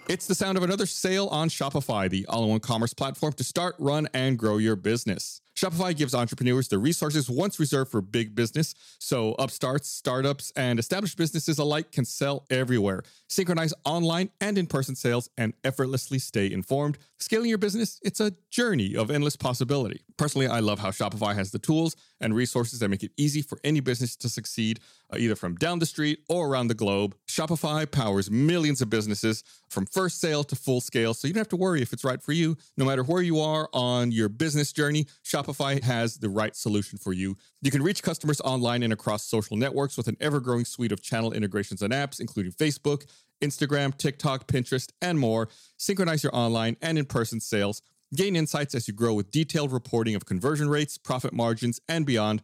It's the sound of another sale on Shopify, the all in one commerce platform to start, run, and grow your business. Shopify gives entrepreneurs the resources once reserved for big business, so upstarts, startups, and established businesses alike can sell everywhere, synchronize online and in person sales, and effortlessly stay informed. Scaling your business, it's a journey of endless possibility. Personally, I love how Shopify has the tools and resources that make it easy for any business to succeed, uh, either from down the street or around the globe. Shopify powers millions of businesses from first sale to full scale, so you don't have to worry if it's right for you. No matter where you are on your business journey, Shopify has the right solution for you. You can reach customers online and across social networks with an ever growing suite of channel integrations and apps, including Facebook, Instagram, TikTok, Pinterest, and more. Synchronize your online and in person sales. Gain insights as you grow with detailed reporting of conversion rates, profit margins, and beyond.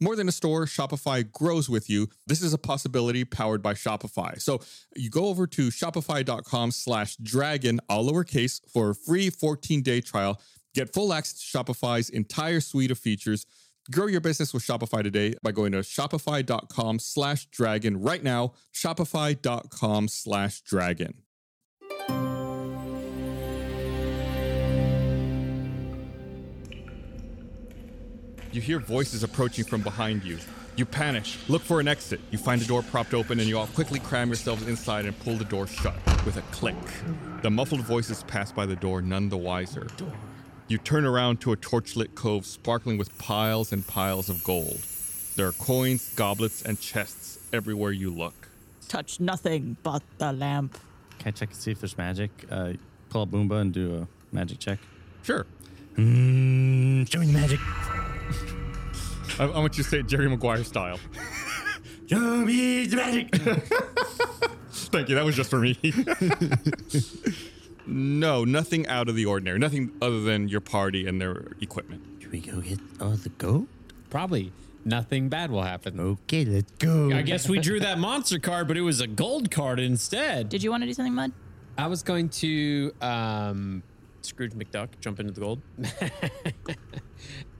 More than a store, Shopify grows with you. This is a possibility powered by Shopify. So you go over to shopify.com slash dragon, all lowercase, for a free 14-day trial. Get full access to Shopify's entire suite of features. Grow your business with Shopify today by going to shopify.com slash dragon right now, shopify.com slash dragon. You hear voices approaching from behind you. You panic, look for an exit. You find the door propped open, and you all quickly cram yourselves inside and pull the door shut with a click. The muffled voices pass by the door, none the wiser. You turn around to a torchlit cove sparkling with piles and piles of gold. There are coins, goblets, and chests everywhere you look. Touch nothing but the lamp. Can I check and see if there's magic? Uh, pull up Boomba and do a magic check. Sure. Mm, show me the magic. I, I want you to say it Jerry Maguire style. Show me the magic. Thank you. That was just for me. no, nothing out of the ordinary. Nothing other than your party and their equipment. Should we go get all the gold? Probably. Nothing bad will happen. Okay, let's go. I guess we drew that monster card, but it was a gold card instead. Did you want to do something, Mud? I was going to um Scrooge McDuck jump into the gold.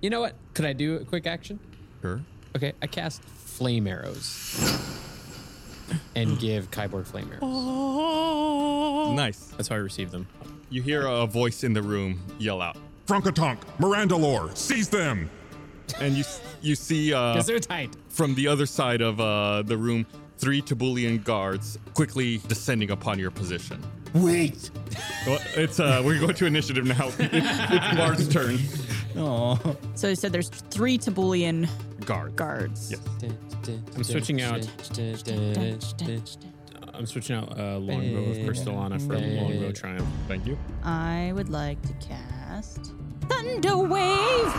You know what? Could I do a quick action? Sure. Okay, I cast flame arrows and give Kyborg flame arrows. Nice. That's how I received them. You hear a voice in the room yell out, Frankatonk, Mirandalore, seize them! and you s- you see uh, Because they're tight. from the other side of uh, the room three Tabulian guards quickly descending upon your position. Wait. Well, it's uh, we're going to initiative now. it's Bard's turn. So you said there's three Tabulian Guard. guards. Yes. I'm switching out. I'm switching out uh, Longbow of Crystallana for Longbow Triumph. Thank you. I would like to cast Thunder Wave.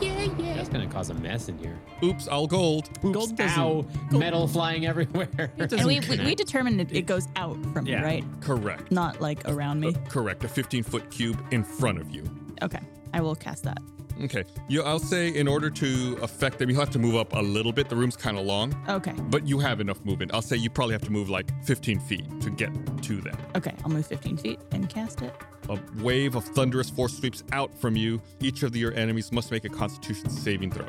That's gonna cause a mess in here. Oops, all gold. Gold Ow! Metal flying everywhere. And we, we, we determined it, it goes out from me, right? Correct. Not like around me. Correct. A 15 foot cube in front of you. Okay, I will cast that. Okay. You, I'll say in order to affect them, you'll have to move up a little bit. The room's kind of long, Okay, but you have enough movement. I'll say you probably have to move like 15 feet to get to them. okay, I'll move 15 feet and cast it. A wave of thunderous force sweeps out from you. Each of your enemies must make a constitution saving throw.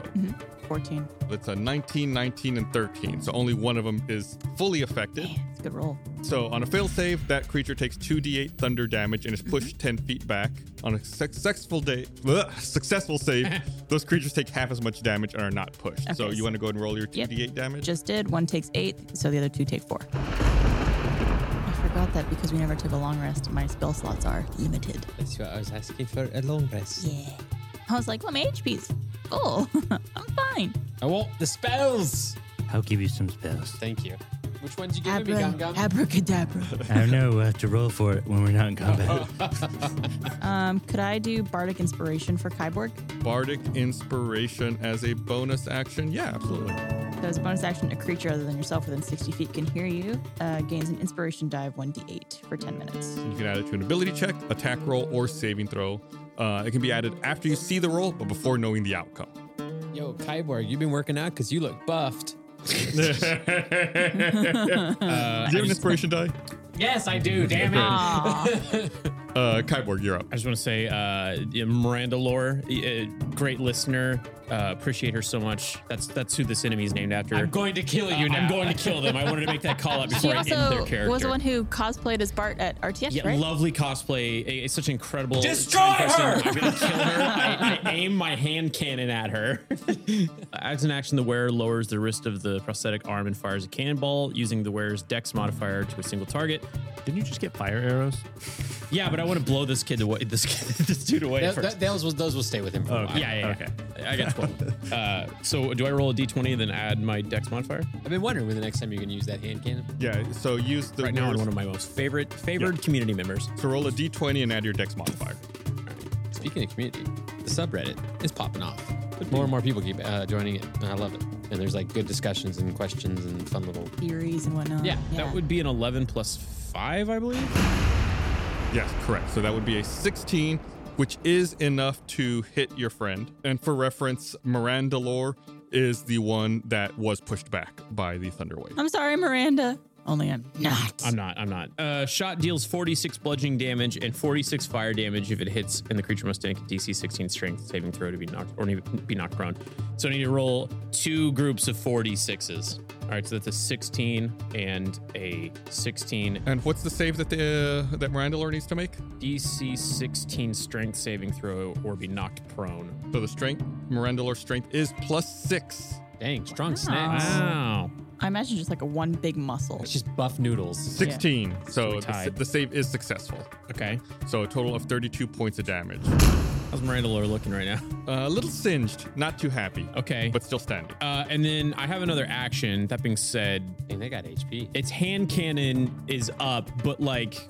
14. That's a 19, 19, and 13. So only one of them is fully affected. Man, it's a good roll. So on a fail save, that creature takes 2d8 thunder damage and is pushed 10 feet back. On a successful day, bleh, successful save, those creatures take half as much damage and are not pushed. so Okay, you so- want to go ahead and roll your 2d8 Yep. damage? Just did. One takes eight, so the other two take four. I forgot that because we never took a long rest, my spell slots are limited. That's what I was asking for a long rest. Yeah. I was like, well, my HP's full. I'm fine. I want the spells. I'll give you some spells. Thank you. Which ones you giving me, Gum Abra, Gum? abracadabra. I don't know. We'll have to roll for it when we're not in combat. um, could I do bardic inspiration for Kyborg? Bardic Inspiration as a bonus action? Yeah, absolutely. Does bonus action a creature other than yourself within 60 feet can hear you? Uh, gains an inspiration dive 1d8 for 10 minutes. You can add it to an ability check, attack roll, or saving throw. Uh, it can be added after you see the roll, but before knowing the outcome. Yo, Kyborg, you've been working out because you look buffed. do you have an inspiration die? Yes, I do. damn it. Uh, Kyborg, you're up. I just want to say, uh, yeah, Miranda Lore, uh, great listener. Uh, appreciate her so much. That's that's who this enemy's named after. I'm going to kill you Uh, now. I'm going to kill them. I wanted to make that call out She before I end their also character. was the one who cosplayed as Bart at RTS, yeah, right? lovely cosplay. A, a- such an incredible. Destroy person. her! I'm gonna kill her. I, I aim my hand cannon at her. As an action, the wearer lowers the wrist of the prosthetic arm and fires a cannonball using the wearer's dex modifier to a single target. Didn't you just get fire arrows? Yeah, but I want to blow this kid away. This kid, this dude away Th- first. th- those, will, those will stay with him for a while. Yeah, yeah, Okay. I got 12. uh, so do I roll a d20 then add my dex modifier? I've been wondering when the next time you're going to use that hand cannon. Yeah, so use the Right now on one of my most favorite favored community members. So roll a d20 and add your dex modifier. Speaking of community, the subreddit is popping off. More and more people keep uh, joining it, and I love it. And there's like good discussions and questions and fun little. Theories and whatnot. Yeah, that would be an 11 plus 5, I believe. Yes, correct. So that would be a 16, which is enough to hit your friend. And for reference, Miranda Lore is the one that was pushed back by the Thunderwave. I'm sorry, Miranda. Only I'm not. I'm not. I'm not. Uh, shot deals 46 bludgeoning damage and 46 fire damage if it hits, and the creature must make a DC 16 strength saving throw to be knocked or be knocked prone. So I need to roll two groups of 46s. All right, so that's a 16 and a 16. And what's the save that the uh, that Miranda Lore needs to make? DC 16 strength saving throw or be knocked prone. So the strength, Miranda Lore's strength is plus six. Dang, strong snacks. I imagine just like a one big muscle. It's just buff noodles. 16. So the, sa- tied. the save is successful. Okay. So a total of 32 points of damage. How's Miranda Lore looking right now? Uh, a little singed, not too happy. Okay. But still standing. Uh, and then I have another action. That being said, they got HP. Its hand cannon is up, but like,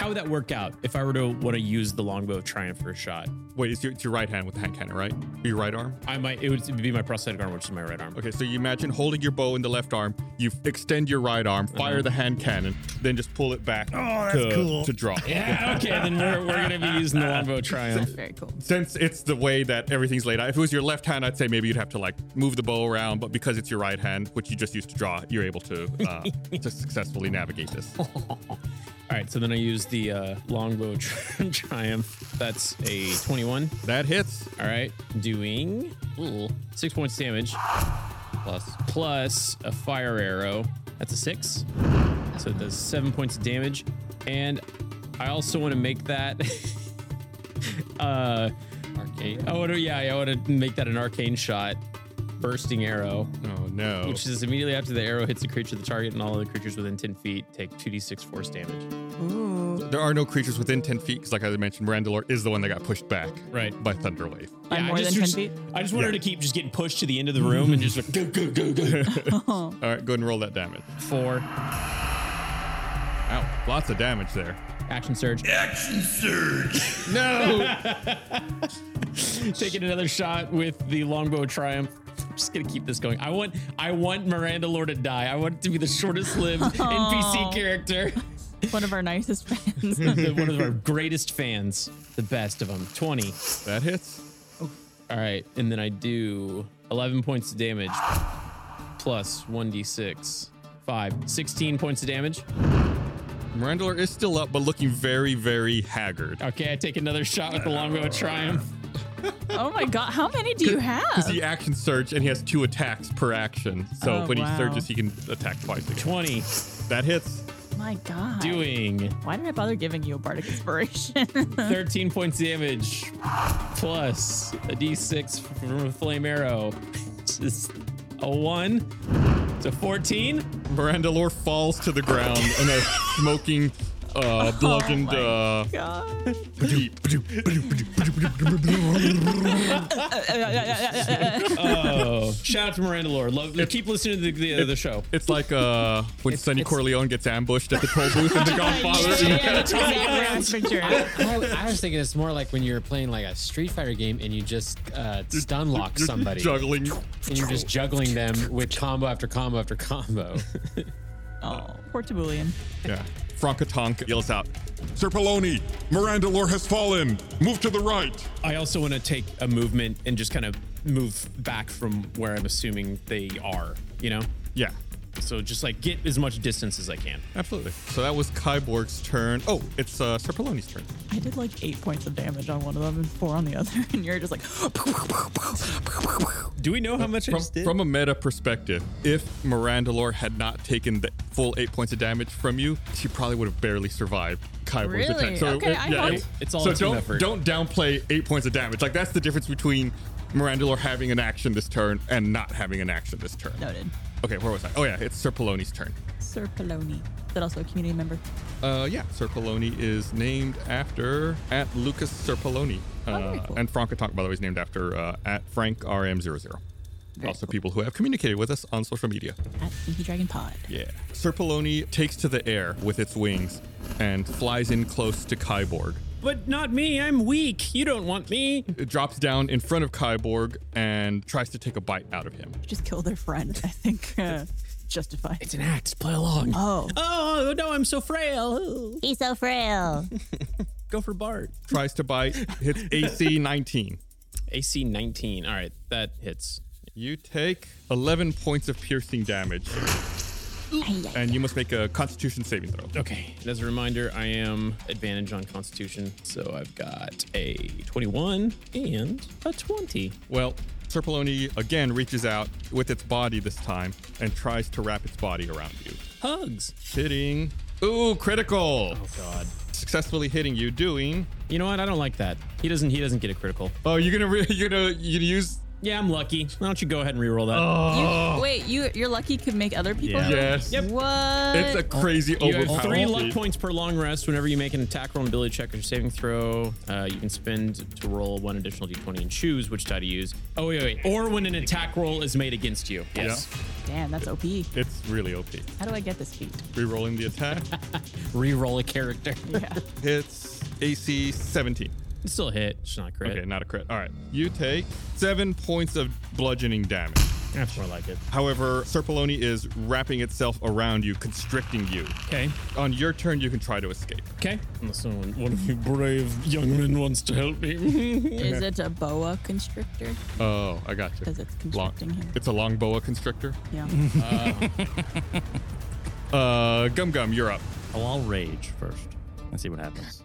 how would that work out if I were to want to use the longbow of triumph for a shot? Wait, it's your, it's your right hand with the hand cannon, right? Your right arm? I might. It would be my prosthetic arm, which is my right arm. Okay, so you imagine holding your bow in the left arm, you f- extend your right Uh-huh. arm, fire the hand cannon, then just pull it back Oh, that's to, cool. to draw. Yeah, okay, then we're, we're gonna be using the longbow of triumph. Very cool. Since it's the way that everything's laid out, if it was your left hand, I'd say maybe you'd have to like move the bow around, but because it's your right hand, which you just used to draw, you're able to uh, to successfully navigate this. Oh. All right, so then I use the uh, longbow of tri- triumph. That's a 21. That hits. All right, doing ooh, six points damage plus plus a fire arrow. That's a six. So it does seven points of damage, and I also want to make that. uh, arcane. I want to yeah, I want to make that an arcane shot, bursting arrow. Oh no! Which is immediately after the arrow hits the creature, the target and all other creatures within ten feet take two d six force damage. There are no creatures within 10 feet, because like I mentioned, Randalor is the one that got pushed back right. by Thunderwave. Yeah, I just, just- I just wanted to keep just getting pushed to the end of the room and just like go go go go. All right, go ahead and roll that damage. Four. Wow, lots of damage there. Action surge. Action surge. No. Taking another shot with the longbow triumph. I'm just gonna keep this going. I want I want Miranda Lore to die. I want it to be the shortest lived NPC character. One of our nicest fans. One of our greatest fans. The best of them. 20. That hits. All right. And then I do 11 points of damage plus 1d6. 5. 16 points of damage. Mirandler is still up, but looking very, very haggard. Okay, I take another shot with the longbow of triumph. oh my god, how many do you Because have? he action surge and he has two attacks per action. So Oh, when wow. he surges, he can attack twice again. 20. That hits. My god. Doing Why did I bother giving you a bardic inspiration? 13 points damage plus a d6 from a flame arrow. Which is a 1 to 14. Mirandalore falls to the ground in a smoking uh, Oh bludgeoned. uh, oh, shout out to Miranda Lore. Love, keep listening to the, the, the show. It's like uh, when Sonny Corleone gets ambushed at the toll booth in The Godfather. I, I- I was thinking it's more like when you're playing like a Street Fighter game and you just uh, stun lock you're somebody, juggling, and you're just juggling them with combo after combo after combo. oh, poor Tabulian. Yeah. Frankatonk yells out, Serpoloni, Mirandalore has fallen. Move to the right. I also want to take a movement and just kind of move back from where I'm assuming they are, you know? Yeah. So just like get as much distance as I can. Absolutely. So that was Kyborg's turn. Oh, it's uh, Serpoloni's turn. I did like eight points of damage on one of them and four on the other, and you're just like, Do we know how much from, From a meta perspective, if Mirandalore had not taken the full eight points of damage from you, she probably would have barely survived Kyborg's Really? attack. So Okay, I thought- it's, It's all so a team don't, effort. Don't downplay eight points of damage. Like that's the difference between Mirandalore having an action this turn and not having an action this turn. Noted. Okay, where was I? Oh yeah, it's Serpoloni's turn. Sir Poloni. Is that also a community member? Uh, yeah, Serpoloni is named after at Lucas Serpoloni. Uh, And Frankatonk, by the way, is named after uh, at Frank RM00. also, people who have communicated with us on social media. At Inky Dragon Pod. Yeah. Serpoloni takes to the air with its wings and flies in close to Kyborg. But not me. I'm weak. You don't want me. It drops down in front of Kyborg and tries to take a bite out of him. Just kill their friend. I think uh, justified. It's an act. Play along. Oh. Oh, no, I'm so frail. He's so frail. Go for Bart. Tries to bite, hits AC 19. AC 19. All right, that hits. You take 11 points of piercing damage. And you must make a constitution saving throw. Okay. And as a reminder, I am advantage on Constitution, so I've got a 21 and a 20. Well, Serpoloni again reaches out with its body this time and tries to wrap its body around you. Hugs. Hitting. Ooh, critical. Oh god. Successfully hitting you, doing. You know what? I don't like that. He doesn't. He doesn't get a critical. Oh, you're gonna re- you're gonna you use. Yeah, I'm lucky. Why don't you go ahead and reroll that? You, wait, you you're lucky could make other people. oh. Yeah. do it? Yes. Yep. What? You have three overpower. luck points per long rest. Whenever you make an attack roll, and ability check, or saving throw, uh, you can spend to roll one additional d20 and choose which die to use. Oh wait, wait, wait. or when an attack roll is made against you. Yes. Damn, that's OP. It's really OP. How do I get this feat? Rerolling the attack. Reroll a character. It's AC 17. It's still a hit. It's not a crit. Okay, not a crit. All right. You take seven points of bludgeoning damage. That's more like it. However, Serpoloni is wrapping itself around you, constricting you. Okay. On your turn, you can try to escape. Okay. Unless someone, one of you brave young men wants to help me. Is it a boa constrictor? Oh, I got you. 'Cause it's Long- constricting here. It's a long boa constrictor. Yeah. Uh, uh, Gum Gum, you're up. Oh, I'll rage first and see what happens.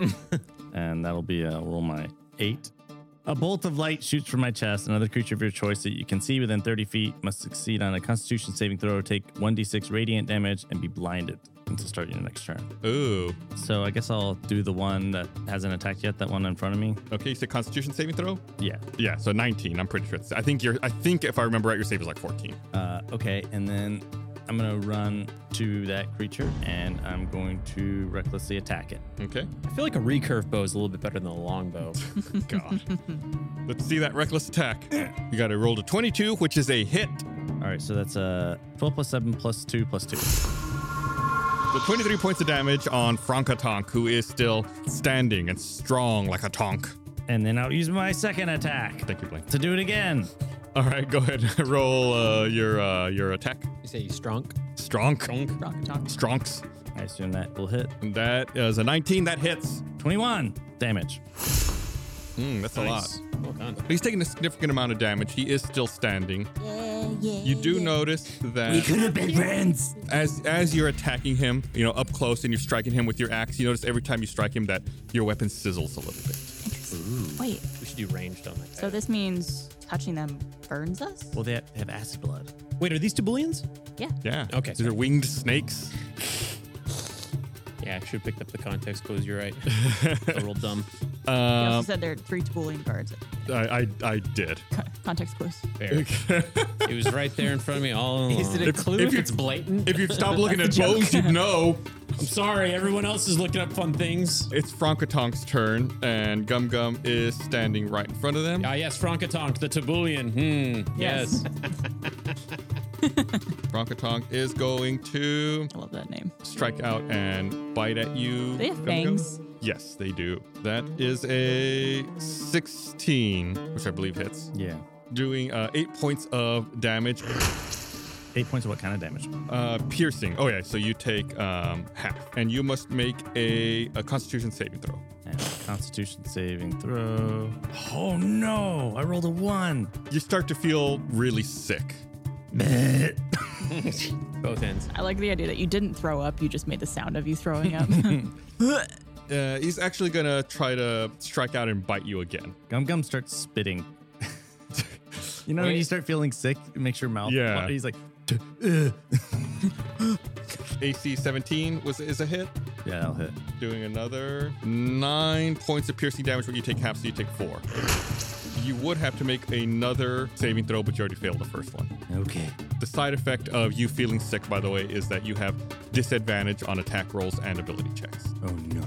and that'll be uh, roll my eight. A bolt of light shoots from my chest. Another creature of your choice that you can see within 30 feet must succeed on a Constitution saving throw, take 1d6 radiant damage, and be blinded until starting your next turn. Ooh. So I guess I'll do the one that hasn't attacked yet, that one in front of me. Okay, you said Constitution saving throw? Yeah. Yeah, so 19. I'm pretty sure. It's, I think you're. I think if I remember right, your save is like 14. Uh, okay, and then I'm gonna run to that creature and I'm going to recklessly attack it. Okay. I feel like a recurve bow is a little bit better than a long bow. God. Let's see that reckless attack. You got to roll to 22, which is a hit. All right, so that's a 12 plus 7 plus 2 plus 2. So 23 points of damage on Frankatonk, who is still standing and strong like a tonk. And then I'll use my second attack. Thank you, Blaine. To do it again. All right, go ahead. roll uh, your uh, your attack. You say you strunk. Stronk. Frankatonk. Stronks. I assume that will hit. That is a 19. That hits. 21 damage. Mm, that's Nice. a lot. Well done. He's taking a significant amount of damage. He is still standing. Yeah, yeah. You do notice that friends. as as you're attacking him, you know, up close and you're striking him with your axe, you notice every time you strike him that your weapon sizzles a little bit. Wait. We should do ranged on that. So this means touching them burns us? Well, they have they have acid blood. Wait, are these Tabulians? Yeah. Yeah. Okay. These are winged snakes. Yeah, I should have picked up the context clues. You're right. I rolled dumb. They also Uh, Um, said there are three Tabulian guards. I, I I did. Con- Context clues. Fair. it was right there in front of me all along. Is it a clue if, it's blatant? If you'd stop looking at bows, you'd know. I'm sorry, everyone else is looking up fun things. It's Frankotonk's turn, and Gum Gum is standing right in front of them. Ah, yes, Frankotonk, the Tabulian. Hmm. Yes. Broncotonk is going to. I love that name. Strike out and bite at you. They have Gum Gum. fangs. Yes, they do. That is a 16, which I believe hits. Yeah. Doing uh, eight points of damage. Eight points of what kind of damage? Uh, piercing. Oh yeah. So you take um, half, and you must make a, a Constitution saving throw. Constitution saving throw. Oh no! I rolled a one. You start to feel really sick. Both ends. I like the idea that you didn't throw up, you just made the sound of you throwing up. Uh, he's actually gonna try to strike out and bite you again. Gum Gum starts spitting. you know when Wait. you start feeling sick, it makes your mouth. Yeah. He's like, AC 17 was is a hit. yeah, I'll hit. Doing another nine points of piercing damage when you take half, so you take four. You would have to make another saving throw, but you already failed the first one. Okay. The side effect of you feeling sick, by the way, is that you have disadvantage on attack rolls and ability checks. Oh no.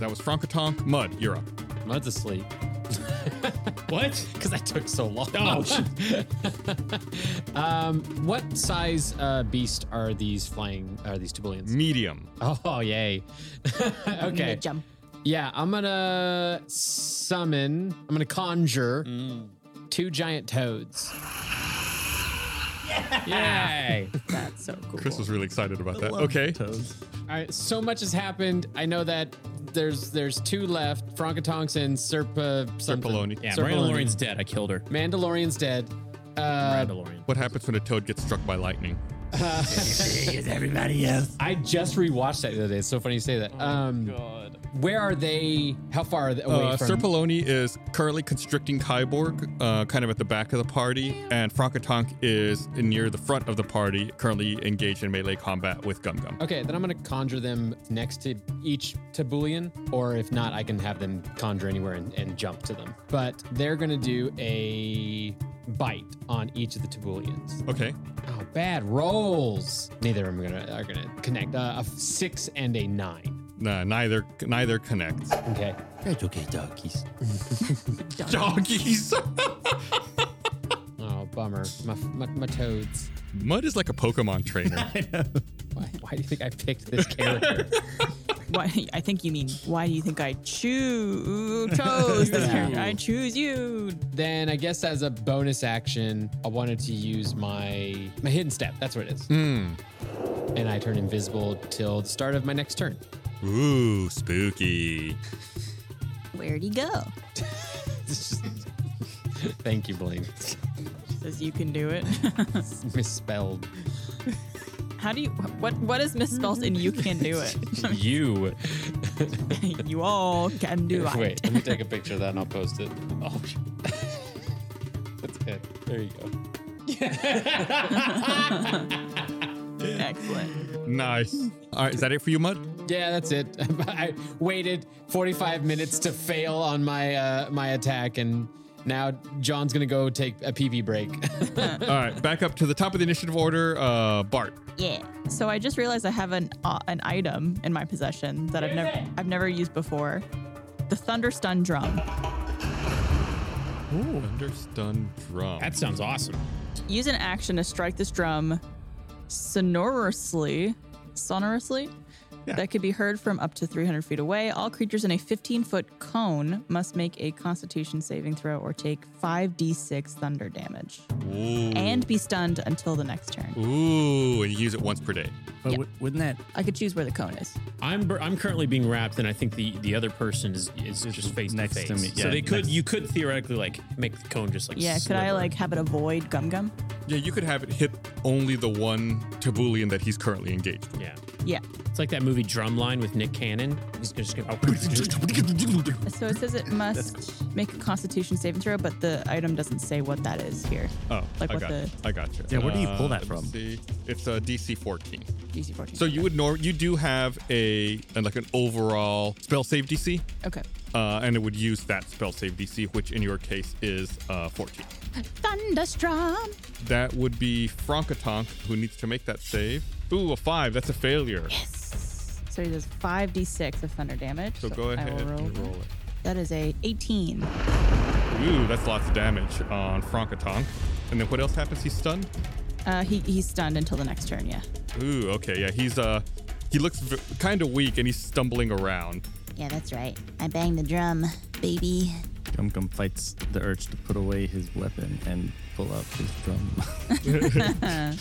That was Frankotonk. Mud, you're up. Mud's asleep. what? Because I took so long. Oh, shit. um, what size uh, beast are these flying? Are these tubulians? Medium. Mm. Oh yay! okay. jump. Yeah, I'm gonna summon. I'm gonna conjure Mm. two giant toads. Yay! That's so cool. Chris was really excited about that. love Okay. All right, so much has happened. I know that there's there's two left: Frankatonks and Serpa something. Serpoloni. Yeah, Serpoloni. Mandalorian's dead. I killed her. Mandalorian's dead. Uh, Mandalorian. What happens when a toad gets struck by lightning? everybody else. I just rewatched that the other day. It's so funny you say that. um, God. Where are they? How far are they away Uh, from? Serpoloni is currently constricting Kyborg, uh, kind of at the back of the party, and Frankotonk is near the front of the party, currently engaged in melee combat with Gum Gum. Okay, then I'm gonna conjure them next to each Tabulian, or if not, I can have them conjure anywhere and, and jump to them. But they're gonna do a bite on each of the Tabulians. Okay. Oh, bad rolls. Neither of them are gonna are gonna connect. Uh, a six and a nine. Nah, neither neither connects. Okay. That's okay, doggies. Doggies. oh, bummer. My, my, my toads. Mud is like a Pokemon trainer. Why, why do you think I picked this character? Why, I think you mean, why do you think I choose chose this character? I choose you. then I guess as a bonus action, I wanted to use my my hidden step. That's what it is. And I turn invisible till the start of my next turn. Ooh, spooky. Where'd he go? Thank you, Blaine. Says you can do it. Misspelled. How do you, what, what is misspelled in you can do it? You. you all can do it. Wait, let me take a picture of that and I'll post it. Oh, that's good. There you go. Excellent. Nice. All right, is that it for you, Mud? Yeah, that's it. I waited 45 minutes to fail on my uh, my attack, and now John's gonna go take a PB break. All right, back up to the top of the initiative order. Uh, Bart. Yeah. So I just realized I have an uh, an item in my possession that I've never I've never used before. The thunder stun drum. Thunder stun drum. That sounds awesome. Use an action to strike this drum sonorously, sonorously. That could be heard from up to 300 feet away. All creatures in a 15 foot cone must make a Constitution saving throw or take 5d6 thunder damage Ooh. and be stunned until the next turn. Ooh, and you use it once per day. But w- wouldn't that? I could choose where the cone is. I'm bur- I'm currently being wrapped, and I think the, the other person is, is just face next to to face. me, so yeah, they could next- you could theoretically like make the cone just like Yeah, could I sliver. like have it avoid Gum Gum? Yeah, you could have it hit only the one Tabulian that he's currently engaged with. yeah. Yeah. It's like that movie Drumline with Nick Cannon. He's just gonna. So it says it must make a Constitution saving throw, but the item doesn't say what that is here. Oh, Like I what got the- you. I got you. Yeah, where do you pull Uh, that let me from? See. It's a DC 14. DC 14. So you would norm you do have a and like an overall spell save DC, Okay. uh, and it would use that spell save DC, which in your case is uh, 14. Thunderstrom. That would be Frankatonk who needs to make that save. Ooh, a five. That's a failure. So he does 5d6 of thunder damage. So go I will ahead roll. and roll it. That is a 18. Ooh, that's lots of damage on Frankaton. And then what else happens? He's stunned. Uh, he, he's stunned until the next turn, yeah. Ooh, okay, yeah. He's uh, he looks v- kind of weak and he's stumbling around. Yeah, that's right. I banged the drum, baby. Gum Gum fights the urge to put away his weapon and pull out his drum. I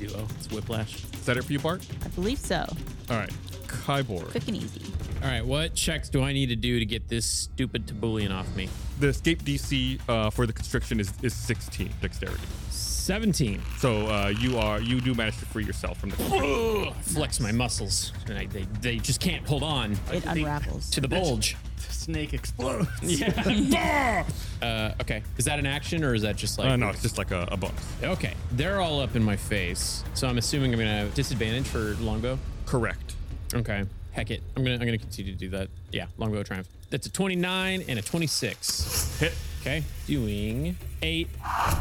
Duo. It's Whiplash. Is that it for you, Bart? believe so. All right, Kybor. Quick and easy. All right, what checks do I need to do to get this stupid Tabulian off me? The escape DC uh, for the constriction is, is 16 dexterity. 17. So uh, you are you do manage to free yourself from the constriction. Ugh, flex my muscles, and I, they they just can't hold on. It unravels to the bulge. The snake explodes. Yeah. uh, okay, is that an action or is that just like? Uh, no, it's just like a, a bonus. Okay, they're all up in my face, so I'm assuming I'm gonna have disadvantage for longbow. Correct. Okay, heck it, I'm gonna I'm gonna continue to do that. Yeah, longbow triumph. That's a 29 and a 26. Hit. Okay, doing eight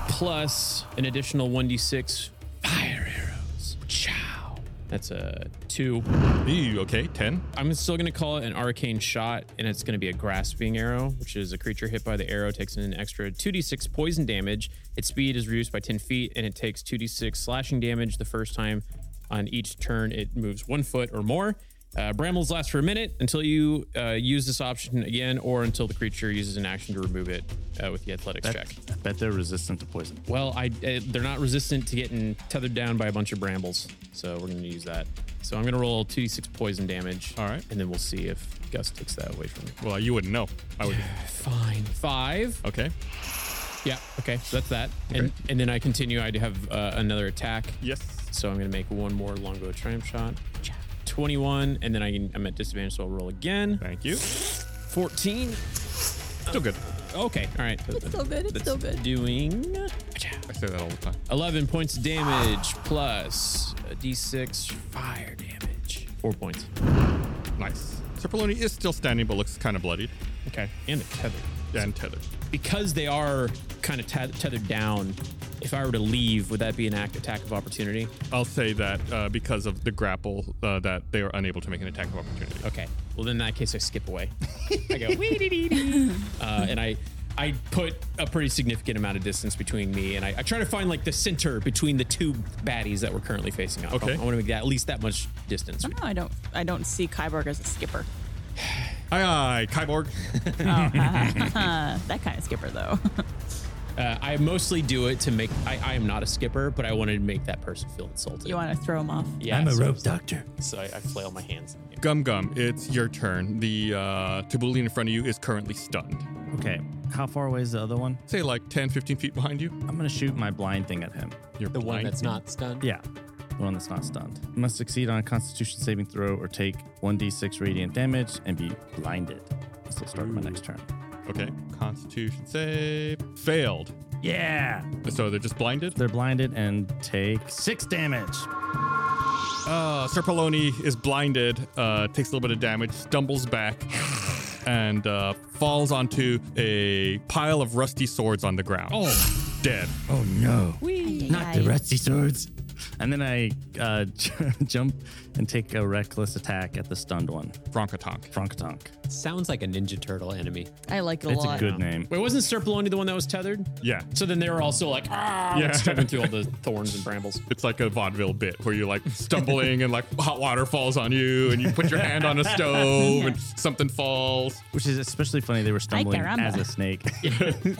plus an additional 1d6 fire arrows. Chow. That's a two. okay, ten. I'm still gonna call it an arcane shot, and it's gonna be a grasping arrow, which is a creature hit by the arrow takes an extra 2d6 poison damage. Its speed is reduced by 10 feet, and it takes 2d6 slashing damage the first time on each turn it moves one foot or more. Uh, brambles last for a minute until you uh, use this option again, or until the creature uses an action to remove it uh, with the athletics Bet- check. I bet they're resistant to poison. Well, I uh, they're not resistant to getting tethered down by a bunch of brambles, so we're gonna use that. So I'm gonna roll two d six poison damage. All right, and then we'll see if Gus takes that away from me. Well, you wouldn't know. I would. Fine, five. Okay. Yeah. Okay. So that's that. And and then I continue. I do have uh, another attack. Yes. So I'm gonna make one more longbow triumph shot. Twenty one, and then I can, I'm at disadvantage, so I'll roll again. Thank you. Fourteen. Still good. Okay. All right. It's still good, it's That's still good. Doing. I say that all the time. 11 points of damage plus a d6 fire damage. Four points. Nice. Cipollone is still standing, but looks kind of bloodied. Okay. And it's tethered. Yeah, and tethered. Because they are kind of teth- tethered down, if I were to leave, would that be an act attack of opportunity? I'll say that uh, because of the grapple, uh, that they are unable to make an attack of opportunity. Okay. Well, then in that case, I skip away. I go, uh, and I. I put a pretty significant amount of distance between me and I, I try to find like the center between the two baddies that we're currently facing off. Okay. I, want to make that at least that much distance. Somehow I don't I don't see Kyborg as a skipper. Aye, aye, Kyborg. that kind of skipper though. Uh, I mostly do it to make. I, I am not a skipper, but I wanted to make that person feel insulted. you want to throw him off. Yeah, so- doctor. So I, I flail my hands. Gum Gum, it's your turn. The uh, Tabulian in front of you is currently stunned. Okay. How far away is the other one? Say like 10, 15 feet behind you. I'm gonna shoot my blind thing at him. Your The one that's not stunned? Yeah. The one that's not stunned. Must succeed on a constitution saving throw or take 1d6 radiant damage and be blinded. This will start my next turn. Okay. Constitution save. Failed. Yeah. So they're just blinded? They're blinded and take six damage. Uh, Sir Poloni is blinded, uh, takes a little bit of damage, stumbles back, and uh, falls onto a pile of rusty swords on the ground. Oh, dead. Oh no. Not the Aye. rusty swords. And then I uh, j- jump and take a reckless attack at the stunned one. Frankatonk. Frankatonk. Sounds like a Ninja Turtle enemy. I like it a It's lot. a good name. Wait, wasn't Serpoloni the one that was tethered? Yeah. So then they were also like, ah, Yeah. like stepping through all the thorns and brambles. It's like a vaudeville bit where you're like stumbling and like hot water falls on you and you put your hand on a stove and something falls. Which is especially funny. They were stumbling caramba. as a snake.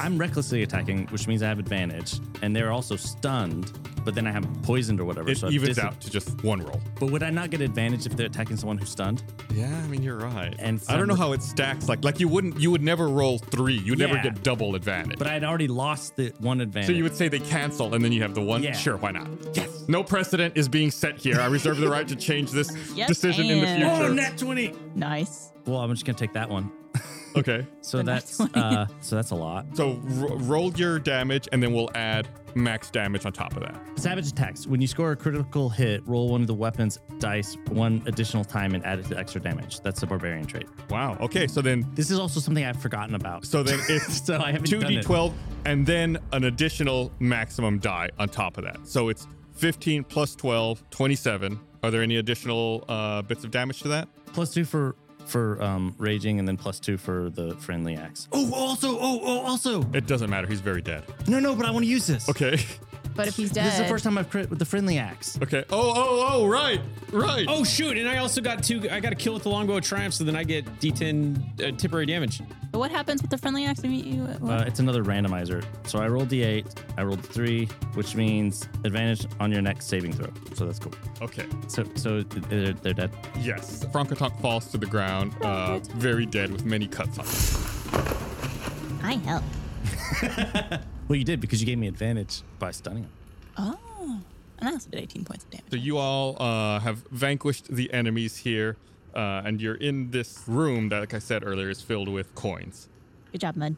I'm recklessly attacking, which means I have advantage, and they're also stunned. But then I have poisoned or whatever. It so I have evens dis- out to just one roll. But would I not get advantage if they're attacking someone who's stunned? Yeah, I mean you're right. And I don't know some- how it stacks. Like like you wouldn't you would never roll three. You would never Yeah. get double advantage. But I'd already lost the one advantage. so you would say they cancel and then you have the one. Yeah. Sure, why not? Yes. No precedent is being set here. I reserve the right to change this Yes, decision in the and- future. Oh, nat twenty. Nice. Well, I'm just gonna take that one. Okay. So that's uh, so that's a lot. So ro roll your damage and then we'll add max damage on top of that. Savage attacks. When you score a critical hit, roll one of the weapon's dice one additional time and add it to extra damage. That's the barbarian trait. Wow. Okay. So then This is also something I've forgotten about. So then it's So I haven't done it. 2d12 and then an additional maximum die on top of that. So it's 15 plus 12, 27. Are there any additional uh, bits of damage to that? Plus two for for um, raging, and then plus two for the friendly axe. Oh, also, oh, oh, also. It doesn't matter. He's very dead. No, no, but I want to use this. Okay. But if he's This is the first time I've crit with the friendly axe. Okay. Oh, oh, oh, right, right. Oh shoot! And I also got two. I got a kill with the longbow of triumph, so then I get D10 uh, temporary damage. But what happens with the friendly axe? You- you- Uh, it's another randomizer. So I rolled d8. I rolled three, which means advantage on your next saving throw. So that's cool. Okay. So so they're, they're dead. Yes. Frankotok falls to the ground, uh, very dead with many cuts on him. I help. Well, you did because you gave me advantage by stunning him. Oh, and I also did 18 points of damage. So you all uh, have vanquished the enemies here, uh, and you're in this room that, like I said earlier, is filled with coins. Good job, Mud.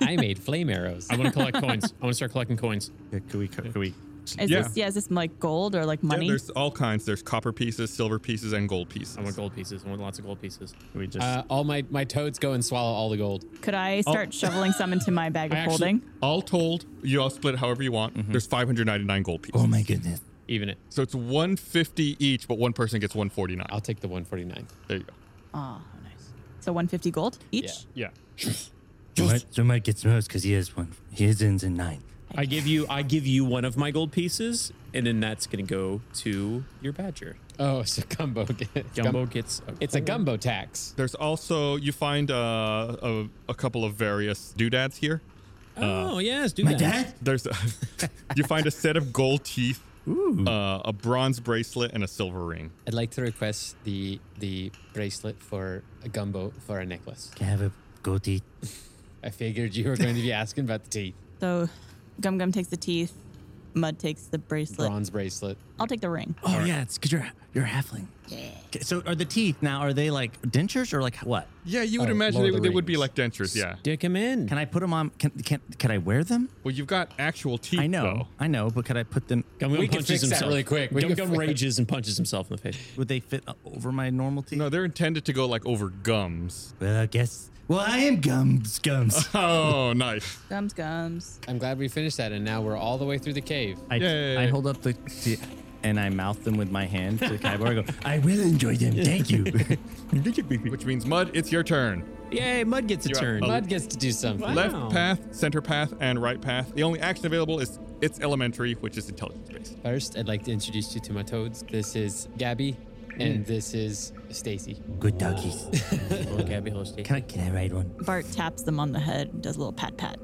I made flame arrows. I want to collect coins. I want to start collecting coins. Yeah, could we? Could we? Is this yeah? Is this like gold or like money? Yeah, there's all kinds. There's copper pieces, silver pieces, and gold pieces. I want gold pieces. I want lots of gold pieces. We just Uh, all my my toads go and swallow all the gold. Could I Oh. start shoveling some into my bag of holding? All told, you all split it however you want. There's 599 gold pieces. Mm-hmm. Oh my goodness. Even it. So it's 150 each, but one person gets 149. I'll take the 149. Ah, There you go. Oh, nice. So 150 gold each. Yeah. So Mike, so Mike gets most because he has one. He has ends in nine. I give you. I give you one of my gold pieces, and then that's gonna go to your badger. Oh, so gumbo gets Gumbo gets. It's a gumbo tax. There's also you find uh, a, a couple of various doodads here. Oh, yes, My doodads. dad? There's a, you find a set of gold teeth, uh, a bronze bracelet, and a silver ring. I'd like to request the the bracelet for a gumbo for a necklace. Can I have a gold teeth? I figured you were going to be asking about the teeth. So Gum Gum takes the teeth. Mud takes the bracelet. Bronze bracelet. I'll take the ring. Oh yeah, it's because you're you're a halfling. Yeah. Okay, so are the teeth now? Are they like dentures or like what? Yeah, you would imagine they, would- they would be like dentures. Yeah. Dick him in. Can I put them on? Can can can I wear them? Well, you've got actual teeth. I know, I know, but could I put them? Gum Gum punches himself Gum Gum rages and punches himself in the face. Would they fit uh, over my normal teeth? No, they're intended to go like over gums. Well, I guess. Well, I am gums gums. oh, nice. Gums Gums. I'm glad we finished that, and now we're all the way through the cave. I, I hold up the te- and I mouth them with my hand to Kyborg. I go, I will enjoy them. Thank you. Which means mud. It's your turn. Yay, Mud gets a You're up. turn. Uh, Mud gets to do something. Left path, center path, and right path. The only action available is it's elementary, which is intelligence based. First, I'd like to introduce you to my toads. This is Gabby, and this is Stacy. Good doggies. Gabby, hello, Stacy. Can I can I ride one? Bart taps them on the head and does a little pat pat.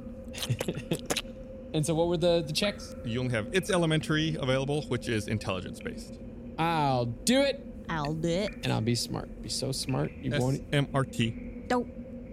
And so, what were the, the checks? You only have it's elementary available, which is intelligence based. I'll do it, I'll do it. and I'll be smart. Be so smart, you won't. e-, SMRT. Nope.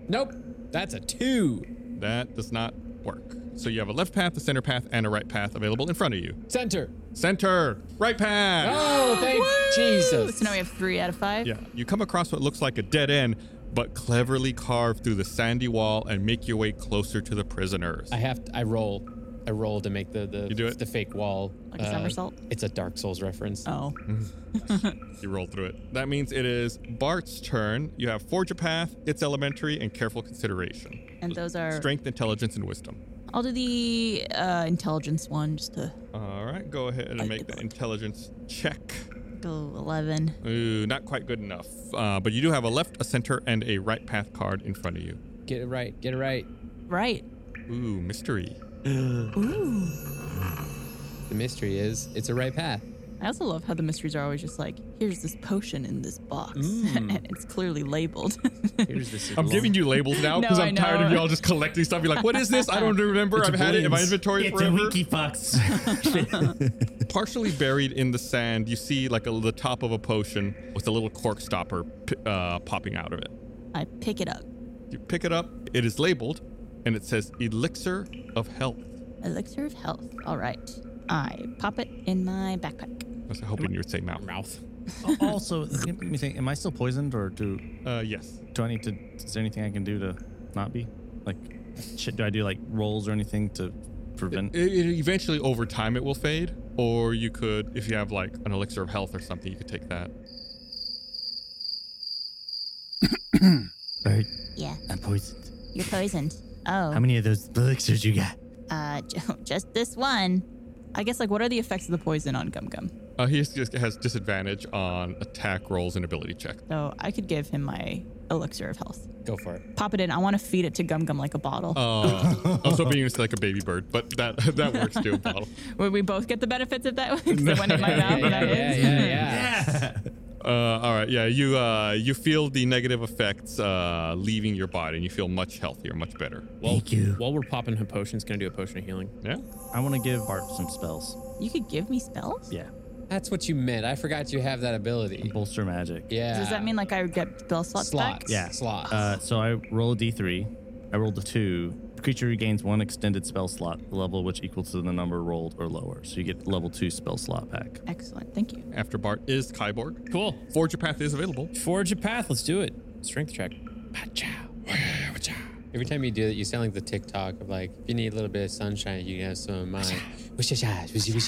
Nope. That's a two. That does not work. So you have a left path, a center path, and a right path available in front of you. Center. Center. Right path. Oh, thank Jesus. So now we have three out of five. Yeah. You come across what looks like a dead end, but cleverly carve through the sandy wall and make your way closer to the prisoners. I have. I roll. I roll to make the the, You do it? the fake wall. Uh, Like a somersault? It's a Dark Souls Uh, reference. Oh. mm. You roll through it. That means it is Bart's turn. You have forge a path, it's elementary, and careful consideration. And those are. Strength, intelligence, and wisdom. I'll do the uh, intelligence one just to All right, go ahead and make the intelligence check. go 11. Ooh, not quite good enough. Uh, but you do have a left, a center, and a right path card in front of you. Get it right. Get it right. Right. Ooh, mystery. Ooh. The mystery is it's a right path. I also love how the mysteries are always just like, here's this potion in this box. and it's clearly labeled. Here's this. I'm giving you labels now because No, I I'm tired of know. y'all just collecting stuff. You're like, what is this? I don't remember. I've had it in my inventory it's forever. a wiki fox. Partially buried in the sand, you see like a, the top of a potion with a little cork stopper p- uh, popping out of it. I pick it up. You pick it up. It is labeled, and it says Elixir of Health. Elixir of health. All right. I pop it in my backpack. I was hoping you would say mouth. Mouth. also, let me think. Am I still poisoned or do? Uh, yes. Do I need to? Is there anything I can do to not be? Like, shit, do I do like rolls or anything to prevent? It, it- eventually, over time, it will fade. Or you could, if you have like an elixir of health or something, you could take that. Bert, Yeah. I'm poisoned. You're poisoned. Oh. How many of those elixirs you got? Uh, ju- just this one. I guess like what are the effects of the poison on Gum Gum? Uh, he just has disadvantage on attack rolls and ability check. So I could give him my elixir of health. Go for it. Pop it in. I want to feed it to Gum Gum like a bottle. Uh, I was hoping he was like a baby bird, but that that works too. Bottle. Would we both get the benefits of that? 'Cause it went in my mouth. and I ate it. Uh, all right, yeah, you uh, you feel the negative effects uh, leaving your body, and you feel much healthier, much better. Well, Thank you. While we're popping her potions, gonna do a potion of healing. Yeah. I want to give Bart some spells. You could give me spells. Yeah. That's what you meant. I forgot you have that ability. Bolster magic. Yeah. Does that mean like I would get spell slots back? Yeah. Slots. Uh, so I roll a d3. I rolled a two. The creature regains one extended spell slot level, which equals to the number rolled or lower. So you get level two spell slot back. Excellent. Thank you. After Bart is Kyborg. Cool. Forge a path is available. Forge a path. Let's do it. Strength check. Every time you do that, you sound like the TikTok of like, if you need a little bit of sunshine, you can have some uh, of mine.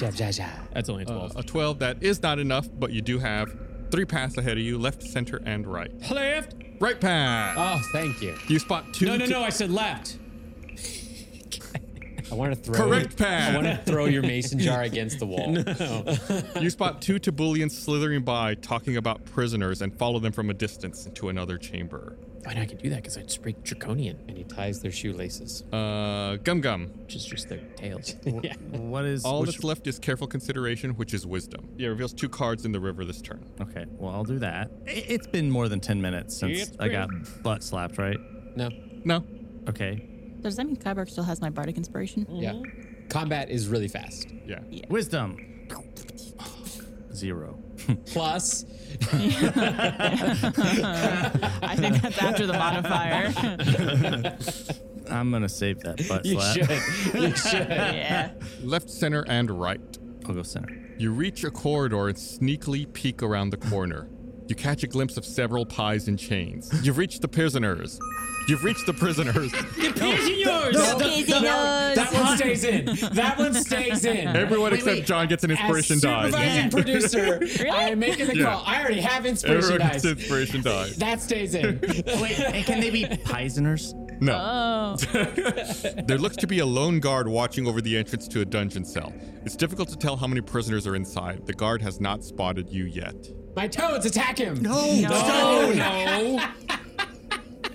That's only a 12. a 12, that is not enough, but you do have three paths ahead of you left, center, and right. Left. Uh, Right path. Oh, thank you. You spot two. No, no, t- no. I said left. I want to throw. Correct path. I want to throw your mason jar against the wall. you spot two Tabulians slithering by, talking about prisoners, and follow them from a distance into another chamber. Why not I can do that? Because I speak draconian. And he ties their shoelaces. Uh, Gum Gum. Which is just their tails. What is All which- that's left is careful consideration, which is wisdom. Yeah, reveals two cards in the river this turn. Okay, well, I'll do that. I- It's been more than 10 minutes since It's I got butt slapped, right? No. No. Okay. Does that mean Kyborg still has my bardic inspiration? Yeah. Combat is really fast. Yeah. Wisdom. Zero. Plus. I think that's after the modifier. I'm going to save that butt You slap. should. You should. Yeah. Left, center, and right. I'll go center. You reach a corridor and sneakily peek around the corner. You catch a glimpse of several pies and chains. You've reached the prisoners. You've reached the prisoners. that one stays in. That one stays in. Everyone except John gets an inspiration As die. supervising producer, I am making the Yeah. call. I already have inspiration Everyone gets dice. inspiration die. That stays in. Wait, and can they be Pisoners? No. Oh. There looks to be a lone guard watching over the entrance to a dungeon cell. It's difficult to tell how many prisoners are inside. The guard has not spotted you yet. My toads attack him. No, No. no, no.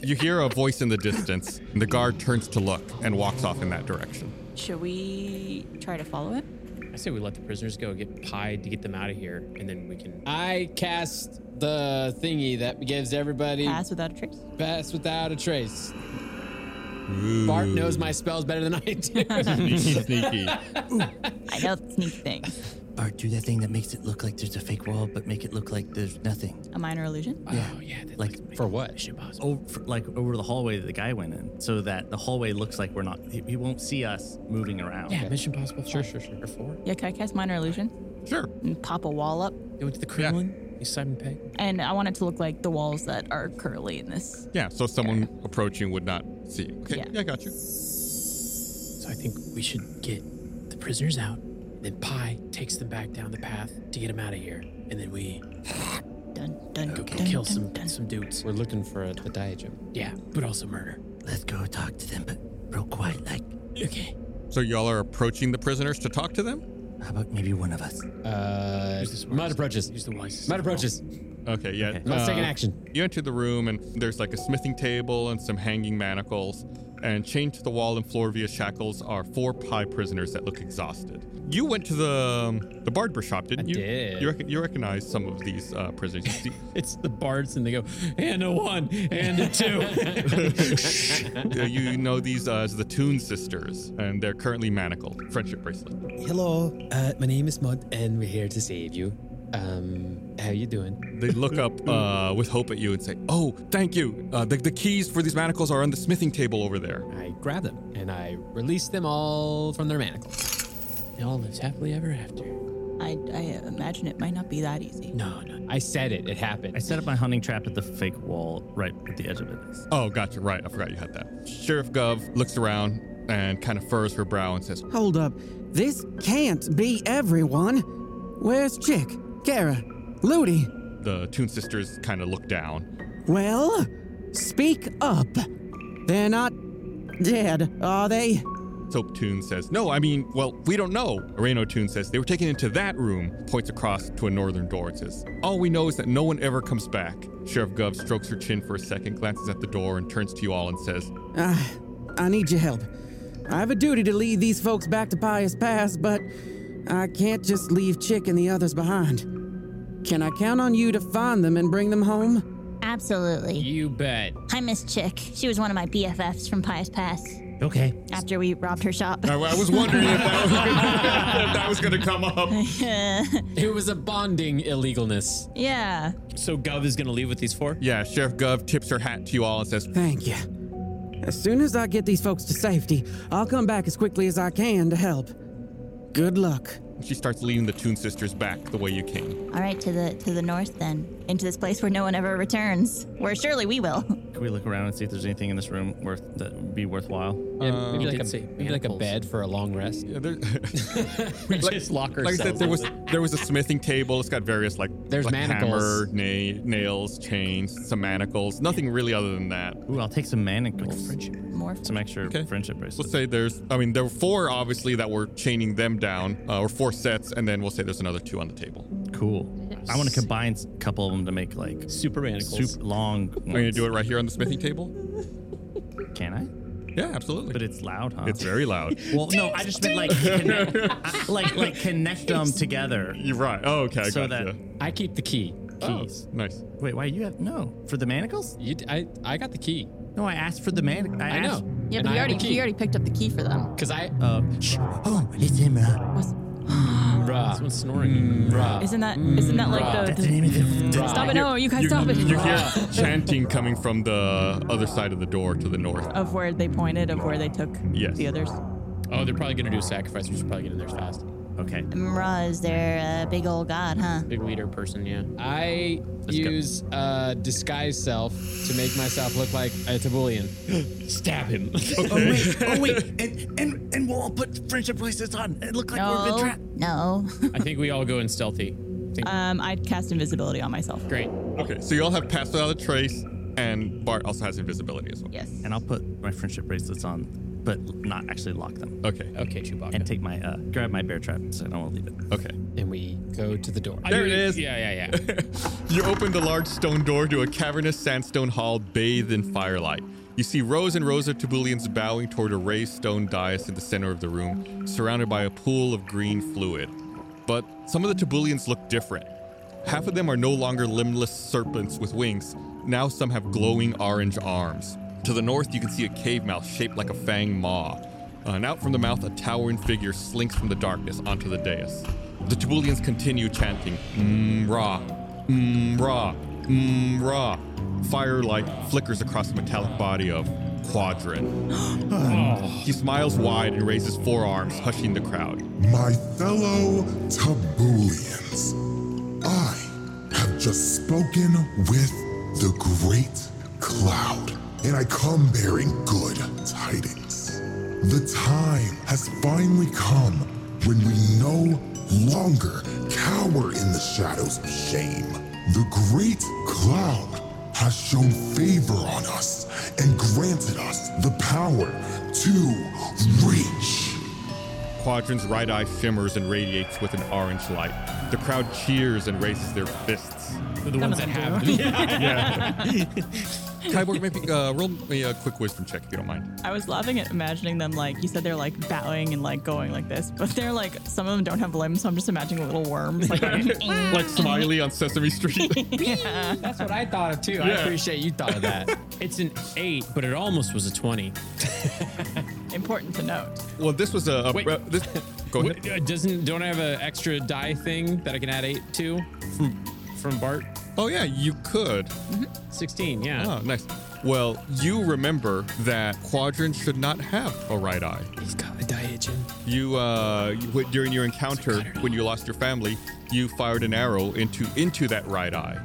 You hear a voice in the distance, and the guard turns to look and walks off in that direction. Should we try to follow it? I say we let the prisoners go, get pied to get them out of here, and then we can. I cast the thingy that gives everybody pass without a trace. Pass without a trace. Bart knows my spells better than I do. Sneaky, sneaky. I know sneak things. Bart, do that thing that makes it look like there's a fake wall, but make it look like there's nothing. A minor illusion. Oh, Yeah. Like for what? Over, Oh, like over the hallway that the guy went in, so that the hallway looks like we're not. He, he won't see us moving around. Yeah, Mission Possible. Sure, sure, sure. Or four. Yeah, can I cast minor illusion? Sure. And pop a wall up. Go into the Kremlin. You Simon Pegg. And I want it to look like the walls that are curly in this. Yeah, so someone approaching would not see you. Okay, yeah, I got you. So I think we should get the prisoners out. Then Pi takes them back down the path to get them out of here, and then we dun, dun, go kill some some dudes. We're looking for a, the diadem. Yeah, but also murder. Let's go talk to them, but real quiet, like. Okay. So y'all are approaching the prisoners to talk to them? How about maybe one of us? Uh, mud approaches. Use Uh, the wisest. Mud approaches. Okay, yeah. uh, Let's take an action. You enter the room, and there's like a smithing table and some hanging manacles. And chained to the wall and floor via shackles are four pie prisoners that look exhausted. You went to the um, the barber shop, didn't you? did. You, rec- you recognize some of these uh, prisoners. You see- It's the bards, and they go, and a one, and a two. Yeah, you know these uh, as the Toon Sisters, and they're currently manacled. Friendship bracelet. Hello, uh, my name is Mud, and we're here to save you. Um, how you doing? They look up uh, with hope at you and say, "Oh, thank you. Uh, the, the keys for these manacles are on the smithing table over there." I grab them and I release them all from their manacles. they all lives happily ever after. I, I imagine it might not be that easy. No, no. I said it. It happened. I set up my hunting trap at the fake wall, right at the edge of it. Oh, gotcha. Right, I forgot you had that. Sheriff Gov looks around and kind of furrows her brow and says, Hold up. This can't be everyone. Where's Chick, Kara, Ludi? The Toon Sisters kind of look down. Well, speak up. They're not dead, are they? Soap Tune says, No, I mean, well, we don't know. Areno Tune says, They were taken into that room, points across to a northern door and says, All we know is that no one ever comes back. Sheriff Gov strokes her chin for a second, glances at the door, and turns to you all and says, Ah, I need your help. I have a duty to lead these folks back to Pious Pass, but I can't just leave Chick and the others behind. Can I count on you to find them and bring them home? Absolutely. You bet. I miss Chick. She was one of my BFFs from Pious Pass Okay. after we robbed her shop. I, I was wondering if that was, if that was going to come up. It was a bonding illegalness. yeah. So Gov is going to leave with these four? Yeah, Sheriff Gov tips her hat to you all and says, Thank you. As soon as I get these folks to safety, I'll come back as quickly as I can to help. Good luck. She starts leading the Toon Sisters back the way you came. All right, to the to the north then, into this place where no one ever returns. Where surely we will. Can we look around and see if there's anything in this room worth that would be worthwhile? Um, Yeah, maybe like a- maybe like a bed for a long rest. Yeah, there, we just lock Like I ourselves. said, there was there was a smithing table. It's got various like There's like manacles. hammer, na- nails, chains, some manacles. Nothing really other than that. Ooh, I'll take some manacles. More. Some extra friendship bracelets. Let's say there's. I mean, there were four obviously that were chaining them down, uh, or four sets, and then we'll say there's another two on the table. Cool. I want to combine a couple of them to make like super manacles. Super long. Ones. Are you gonna do it right here on the smithing table? Can I? Yeah, absolutely. But it's loud, huh? It's very loud. Well, no, I just meant like connect, I- like like connect them together. You're right. Oh, okay. I so gotcha. that Oh. I keep the key. Oh. Keys. nice. Wait, why you have no for the manacles? You, I I got the key. No, I asked for the manacles. I, I know. asked- Yeah, but you already you already picked up the key for them. Cause I Uh, oh, it's him. uh, Bruh. Someone's snoring. Isn't that isn't that like the, That's the, the name of the- stop it? No, you guys You, stop it. you hear chanting coming from the other side of the door to the north. of where they pointed, of where they took Yes. the others. Oh, they're probably going to do a sacrifice. We should probably get in there fast. Okay. Mra is their uh, big old god, huh? Big leader person, yeah. I use uh, disguise self to make myself look like a Tabulian. Stab him. Oh wait, and and and we'll all put friendship bracelets on and look like we've been trapped. No. I think we all go in stealthy. Think- Um, I'd cast invisibility on myself. Great. Okay, so you all have passed without a trace, and Bart also has invisibility as well. Yes. And I'll put my friendship bracelets on, but not actually lock them. Okay. Okay, Chewbacca. And take my uh, grab my bear trap, so I don't want to leave it. Okay. And we go to the door. There it is. Yeah, yeah, yeah. You open the large stone door to a cavernous sandstone hall bathed in firelight. You see rows and rows of Tabulians bowing toward a raised stone dais in the center of the room, surrounded by a pool of green fluid. But some of the Tabulians look different. Half of them are no longer limbless serpents with wings, now some have glowing orange arms. To the north, you can see a cave mouth shaped like a fang maw. Uh, and out from the mouth, a towering figure slinks from the darkness onto the dais. The Tabulians continue chanting, "Mm, Mra, Mra, Mm, Mra. Firelight flickers across the metallic body of Quadrin. He smiles wide and raises forearms, hushing the crowd. My fellow Tabulians, I have just spoken with the great cloud, and I come bearing good tidings. The time has finally come when we no longer cower in the shadows of shame. The great cloud has shown favor on us and granted us the power to reach. Quadrin's right eye shimmers and radiates with an orange light. The crowd cheers and raises their fists. They're the ones that have. Kyborg, maybe uh, roll me a quick wisdom check if you don't mind. I was laughing at imagining them like you said they're like bowing and like going like this, but they're like some of them don't have limbs, so I'm just imagining little worms. Like, like Smiley on Sesame Street. That's what I thought of too. I Yeah. appreciate you thought of that. It's an eight, but it almost was a 20. important to note. well, this was a. a Wait. uh, this, go ahead. Wait, uh, doesn't don't I have an extra die thing that I can add eight to from from Bart? Oh yeah, you could. Sixteen, yeah. Oh, nice. Well, you remember that Quadrant should not have a right eye. He's got a die itching. You, uh, you- w- during your encounter when you lost your family, you fired an arrow into into that right eye.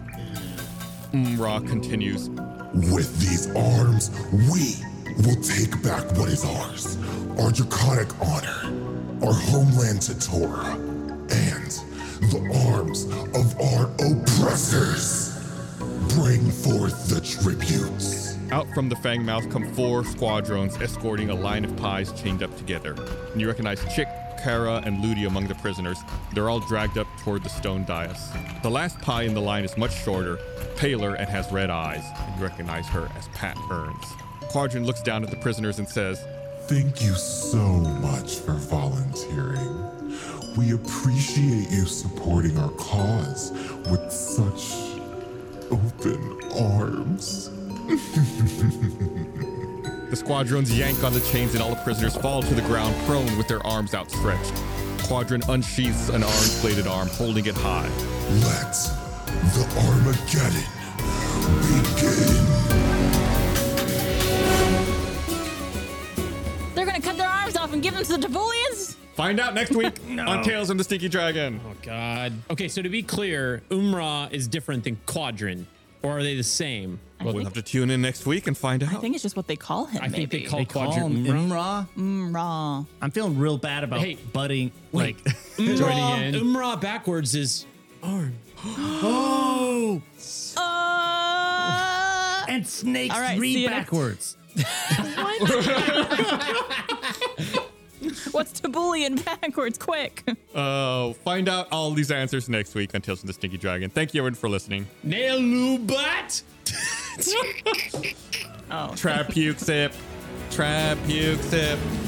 Mra continues. With these arms, we will take back what is ours our draconic honor, our homeland to Torah, and the arms of our oppressors. Bring forth the tributes. Out from the fang mouth come four squadrons escorting a line of pies chained up together. And you recognize Chick, Kara, and Ludi among the prisoners. They're all dragged up toward the stone dais. The last pie in the line is much shorter, paler, and has red eyes. And you recognize her as Pat Burns. Quadrant looks down at the prisoners and says, Thank you so much for volunteering. We appreciate you supporting our cause with such open arms. The squadrons yank on the chains, and all the prisoners fall to the ground prone with their arms outstretched. Quadrant unsheaths an orange bladed arm, holding it high. Let the Armageddon They're gonna cut their arms off and give them to the Tabulians? Find out next week on Tales from the Stinky Dragon. Oh, God. Okay, so to be clear, Umrah is different than Quadrin, or are they the same? Well, we'll have to tune in next week and find out. I think it's just what they call him. I think they maybe. call They call Quadrant him Umrah. Umrah. I'm feeling real bad about Hey. budding, like Umrah, Umrah backwards is Oh! Uh, and snakes all right, see read you next- backwards. What's Tabulian backwards? Quick. Oh, find out all these answers next week on Tales from the Stinky Dragon. Thank you, everyone, for listening. nail new butt. oh. Trap puke sip. Trap puke sip.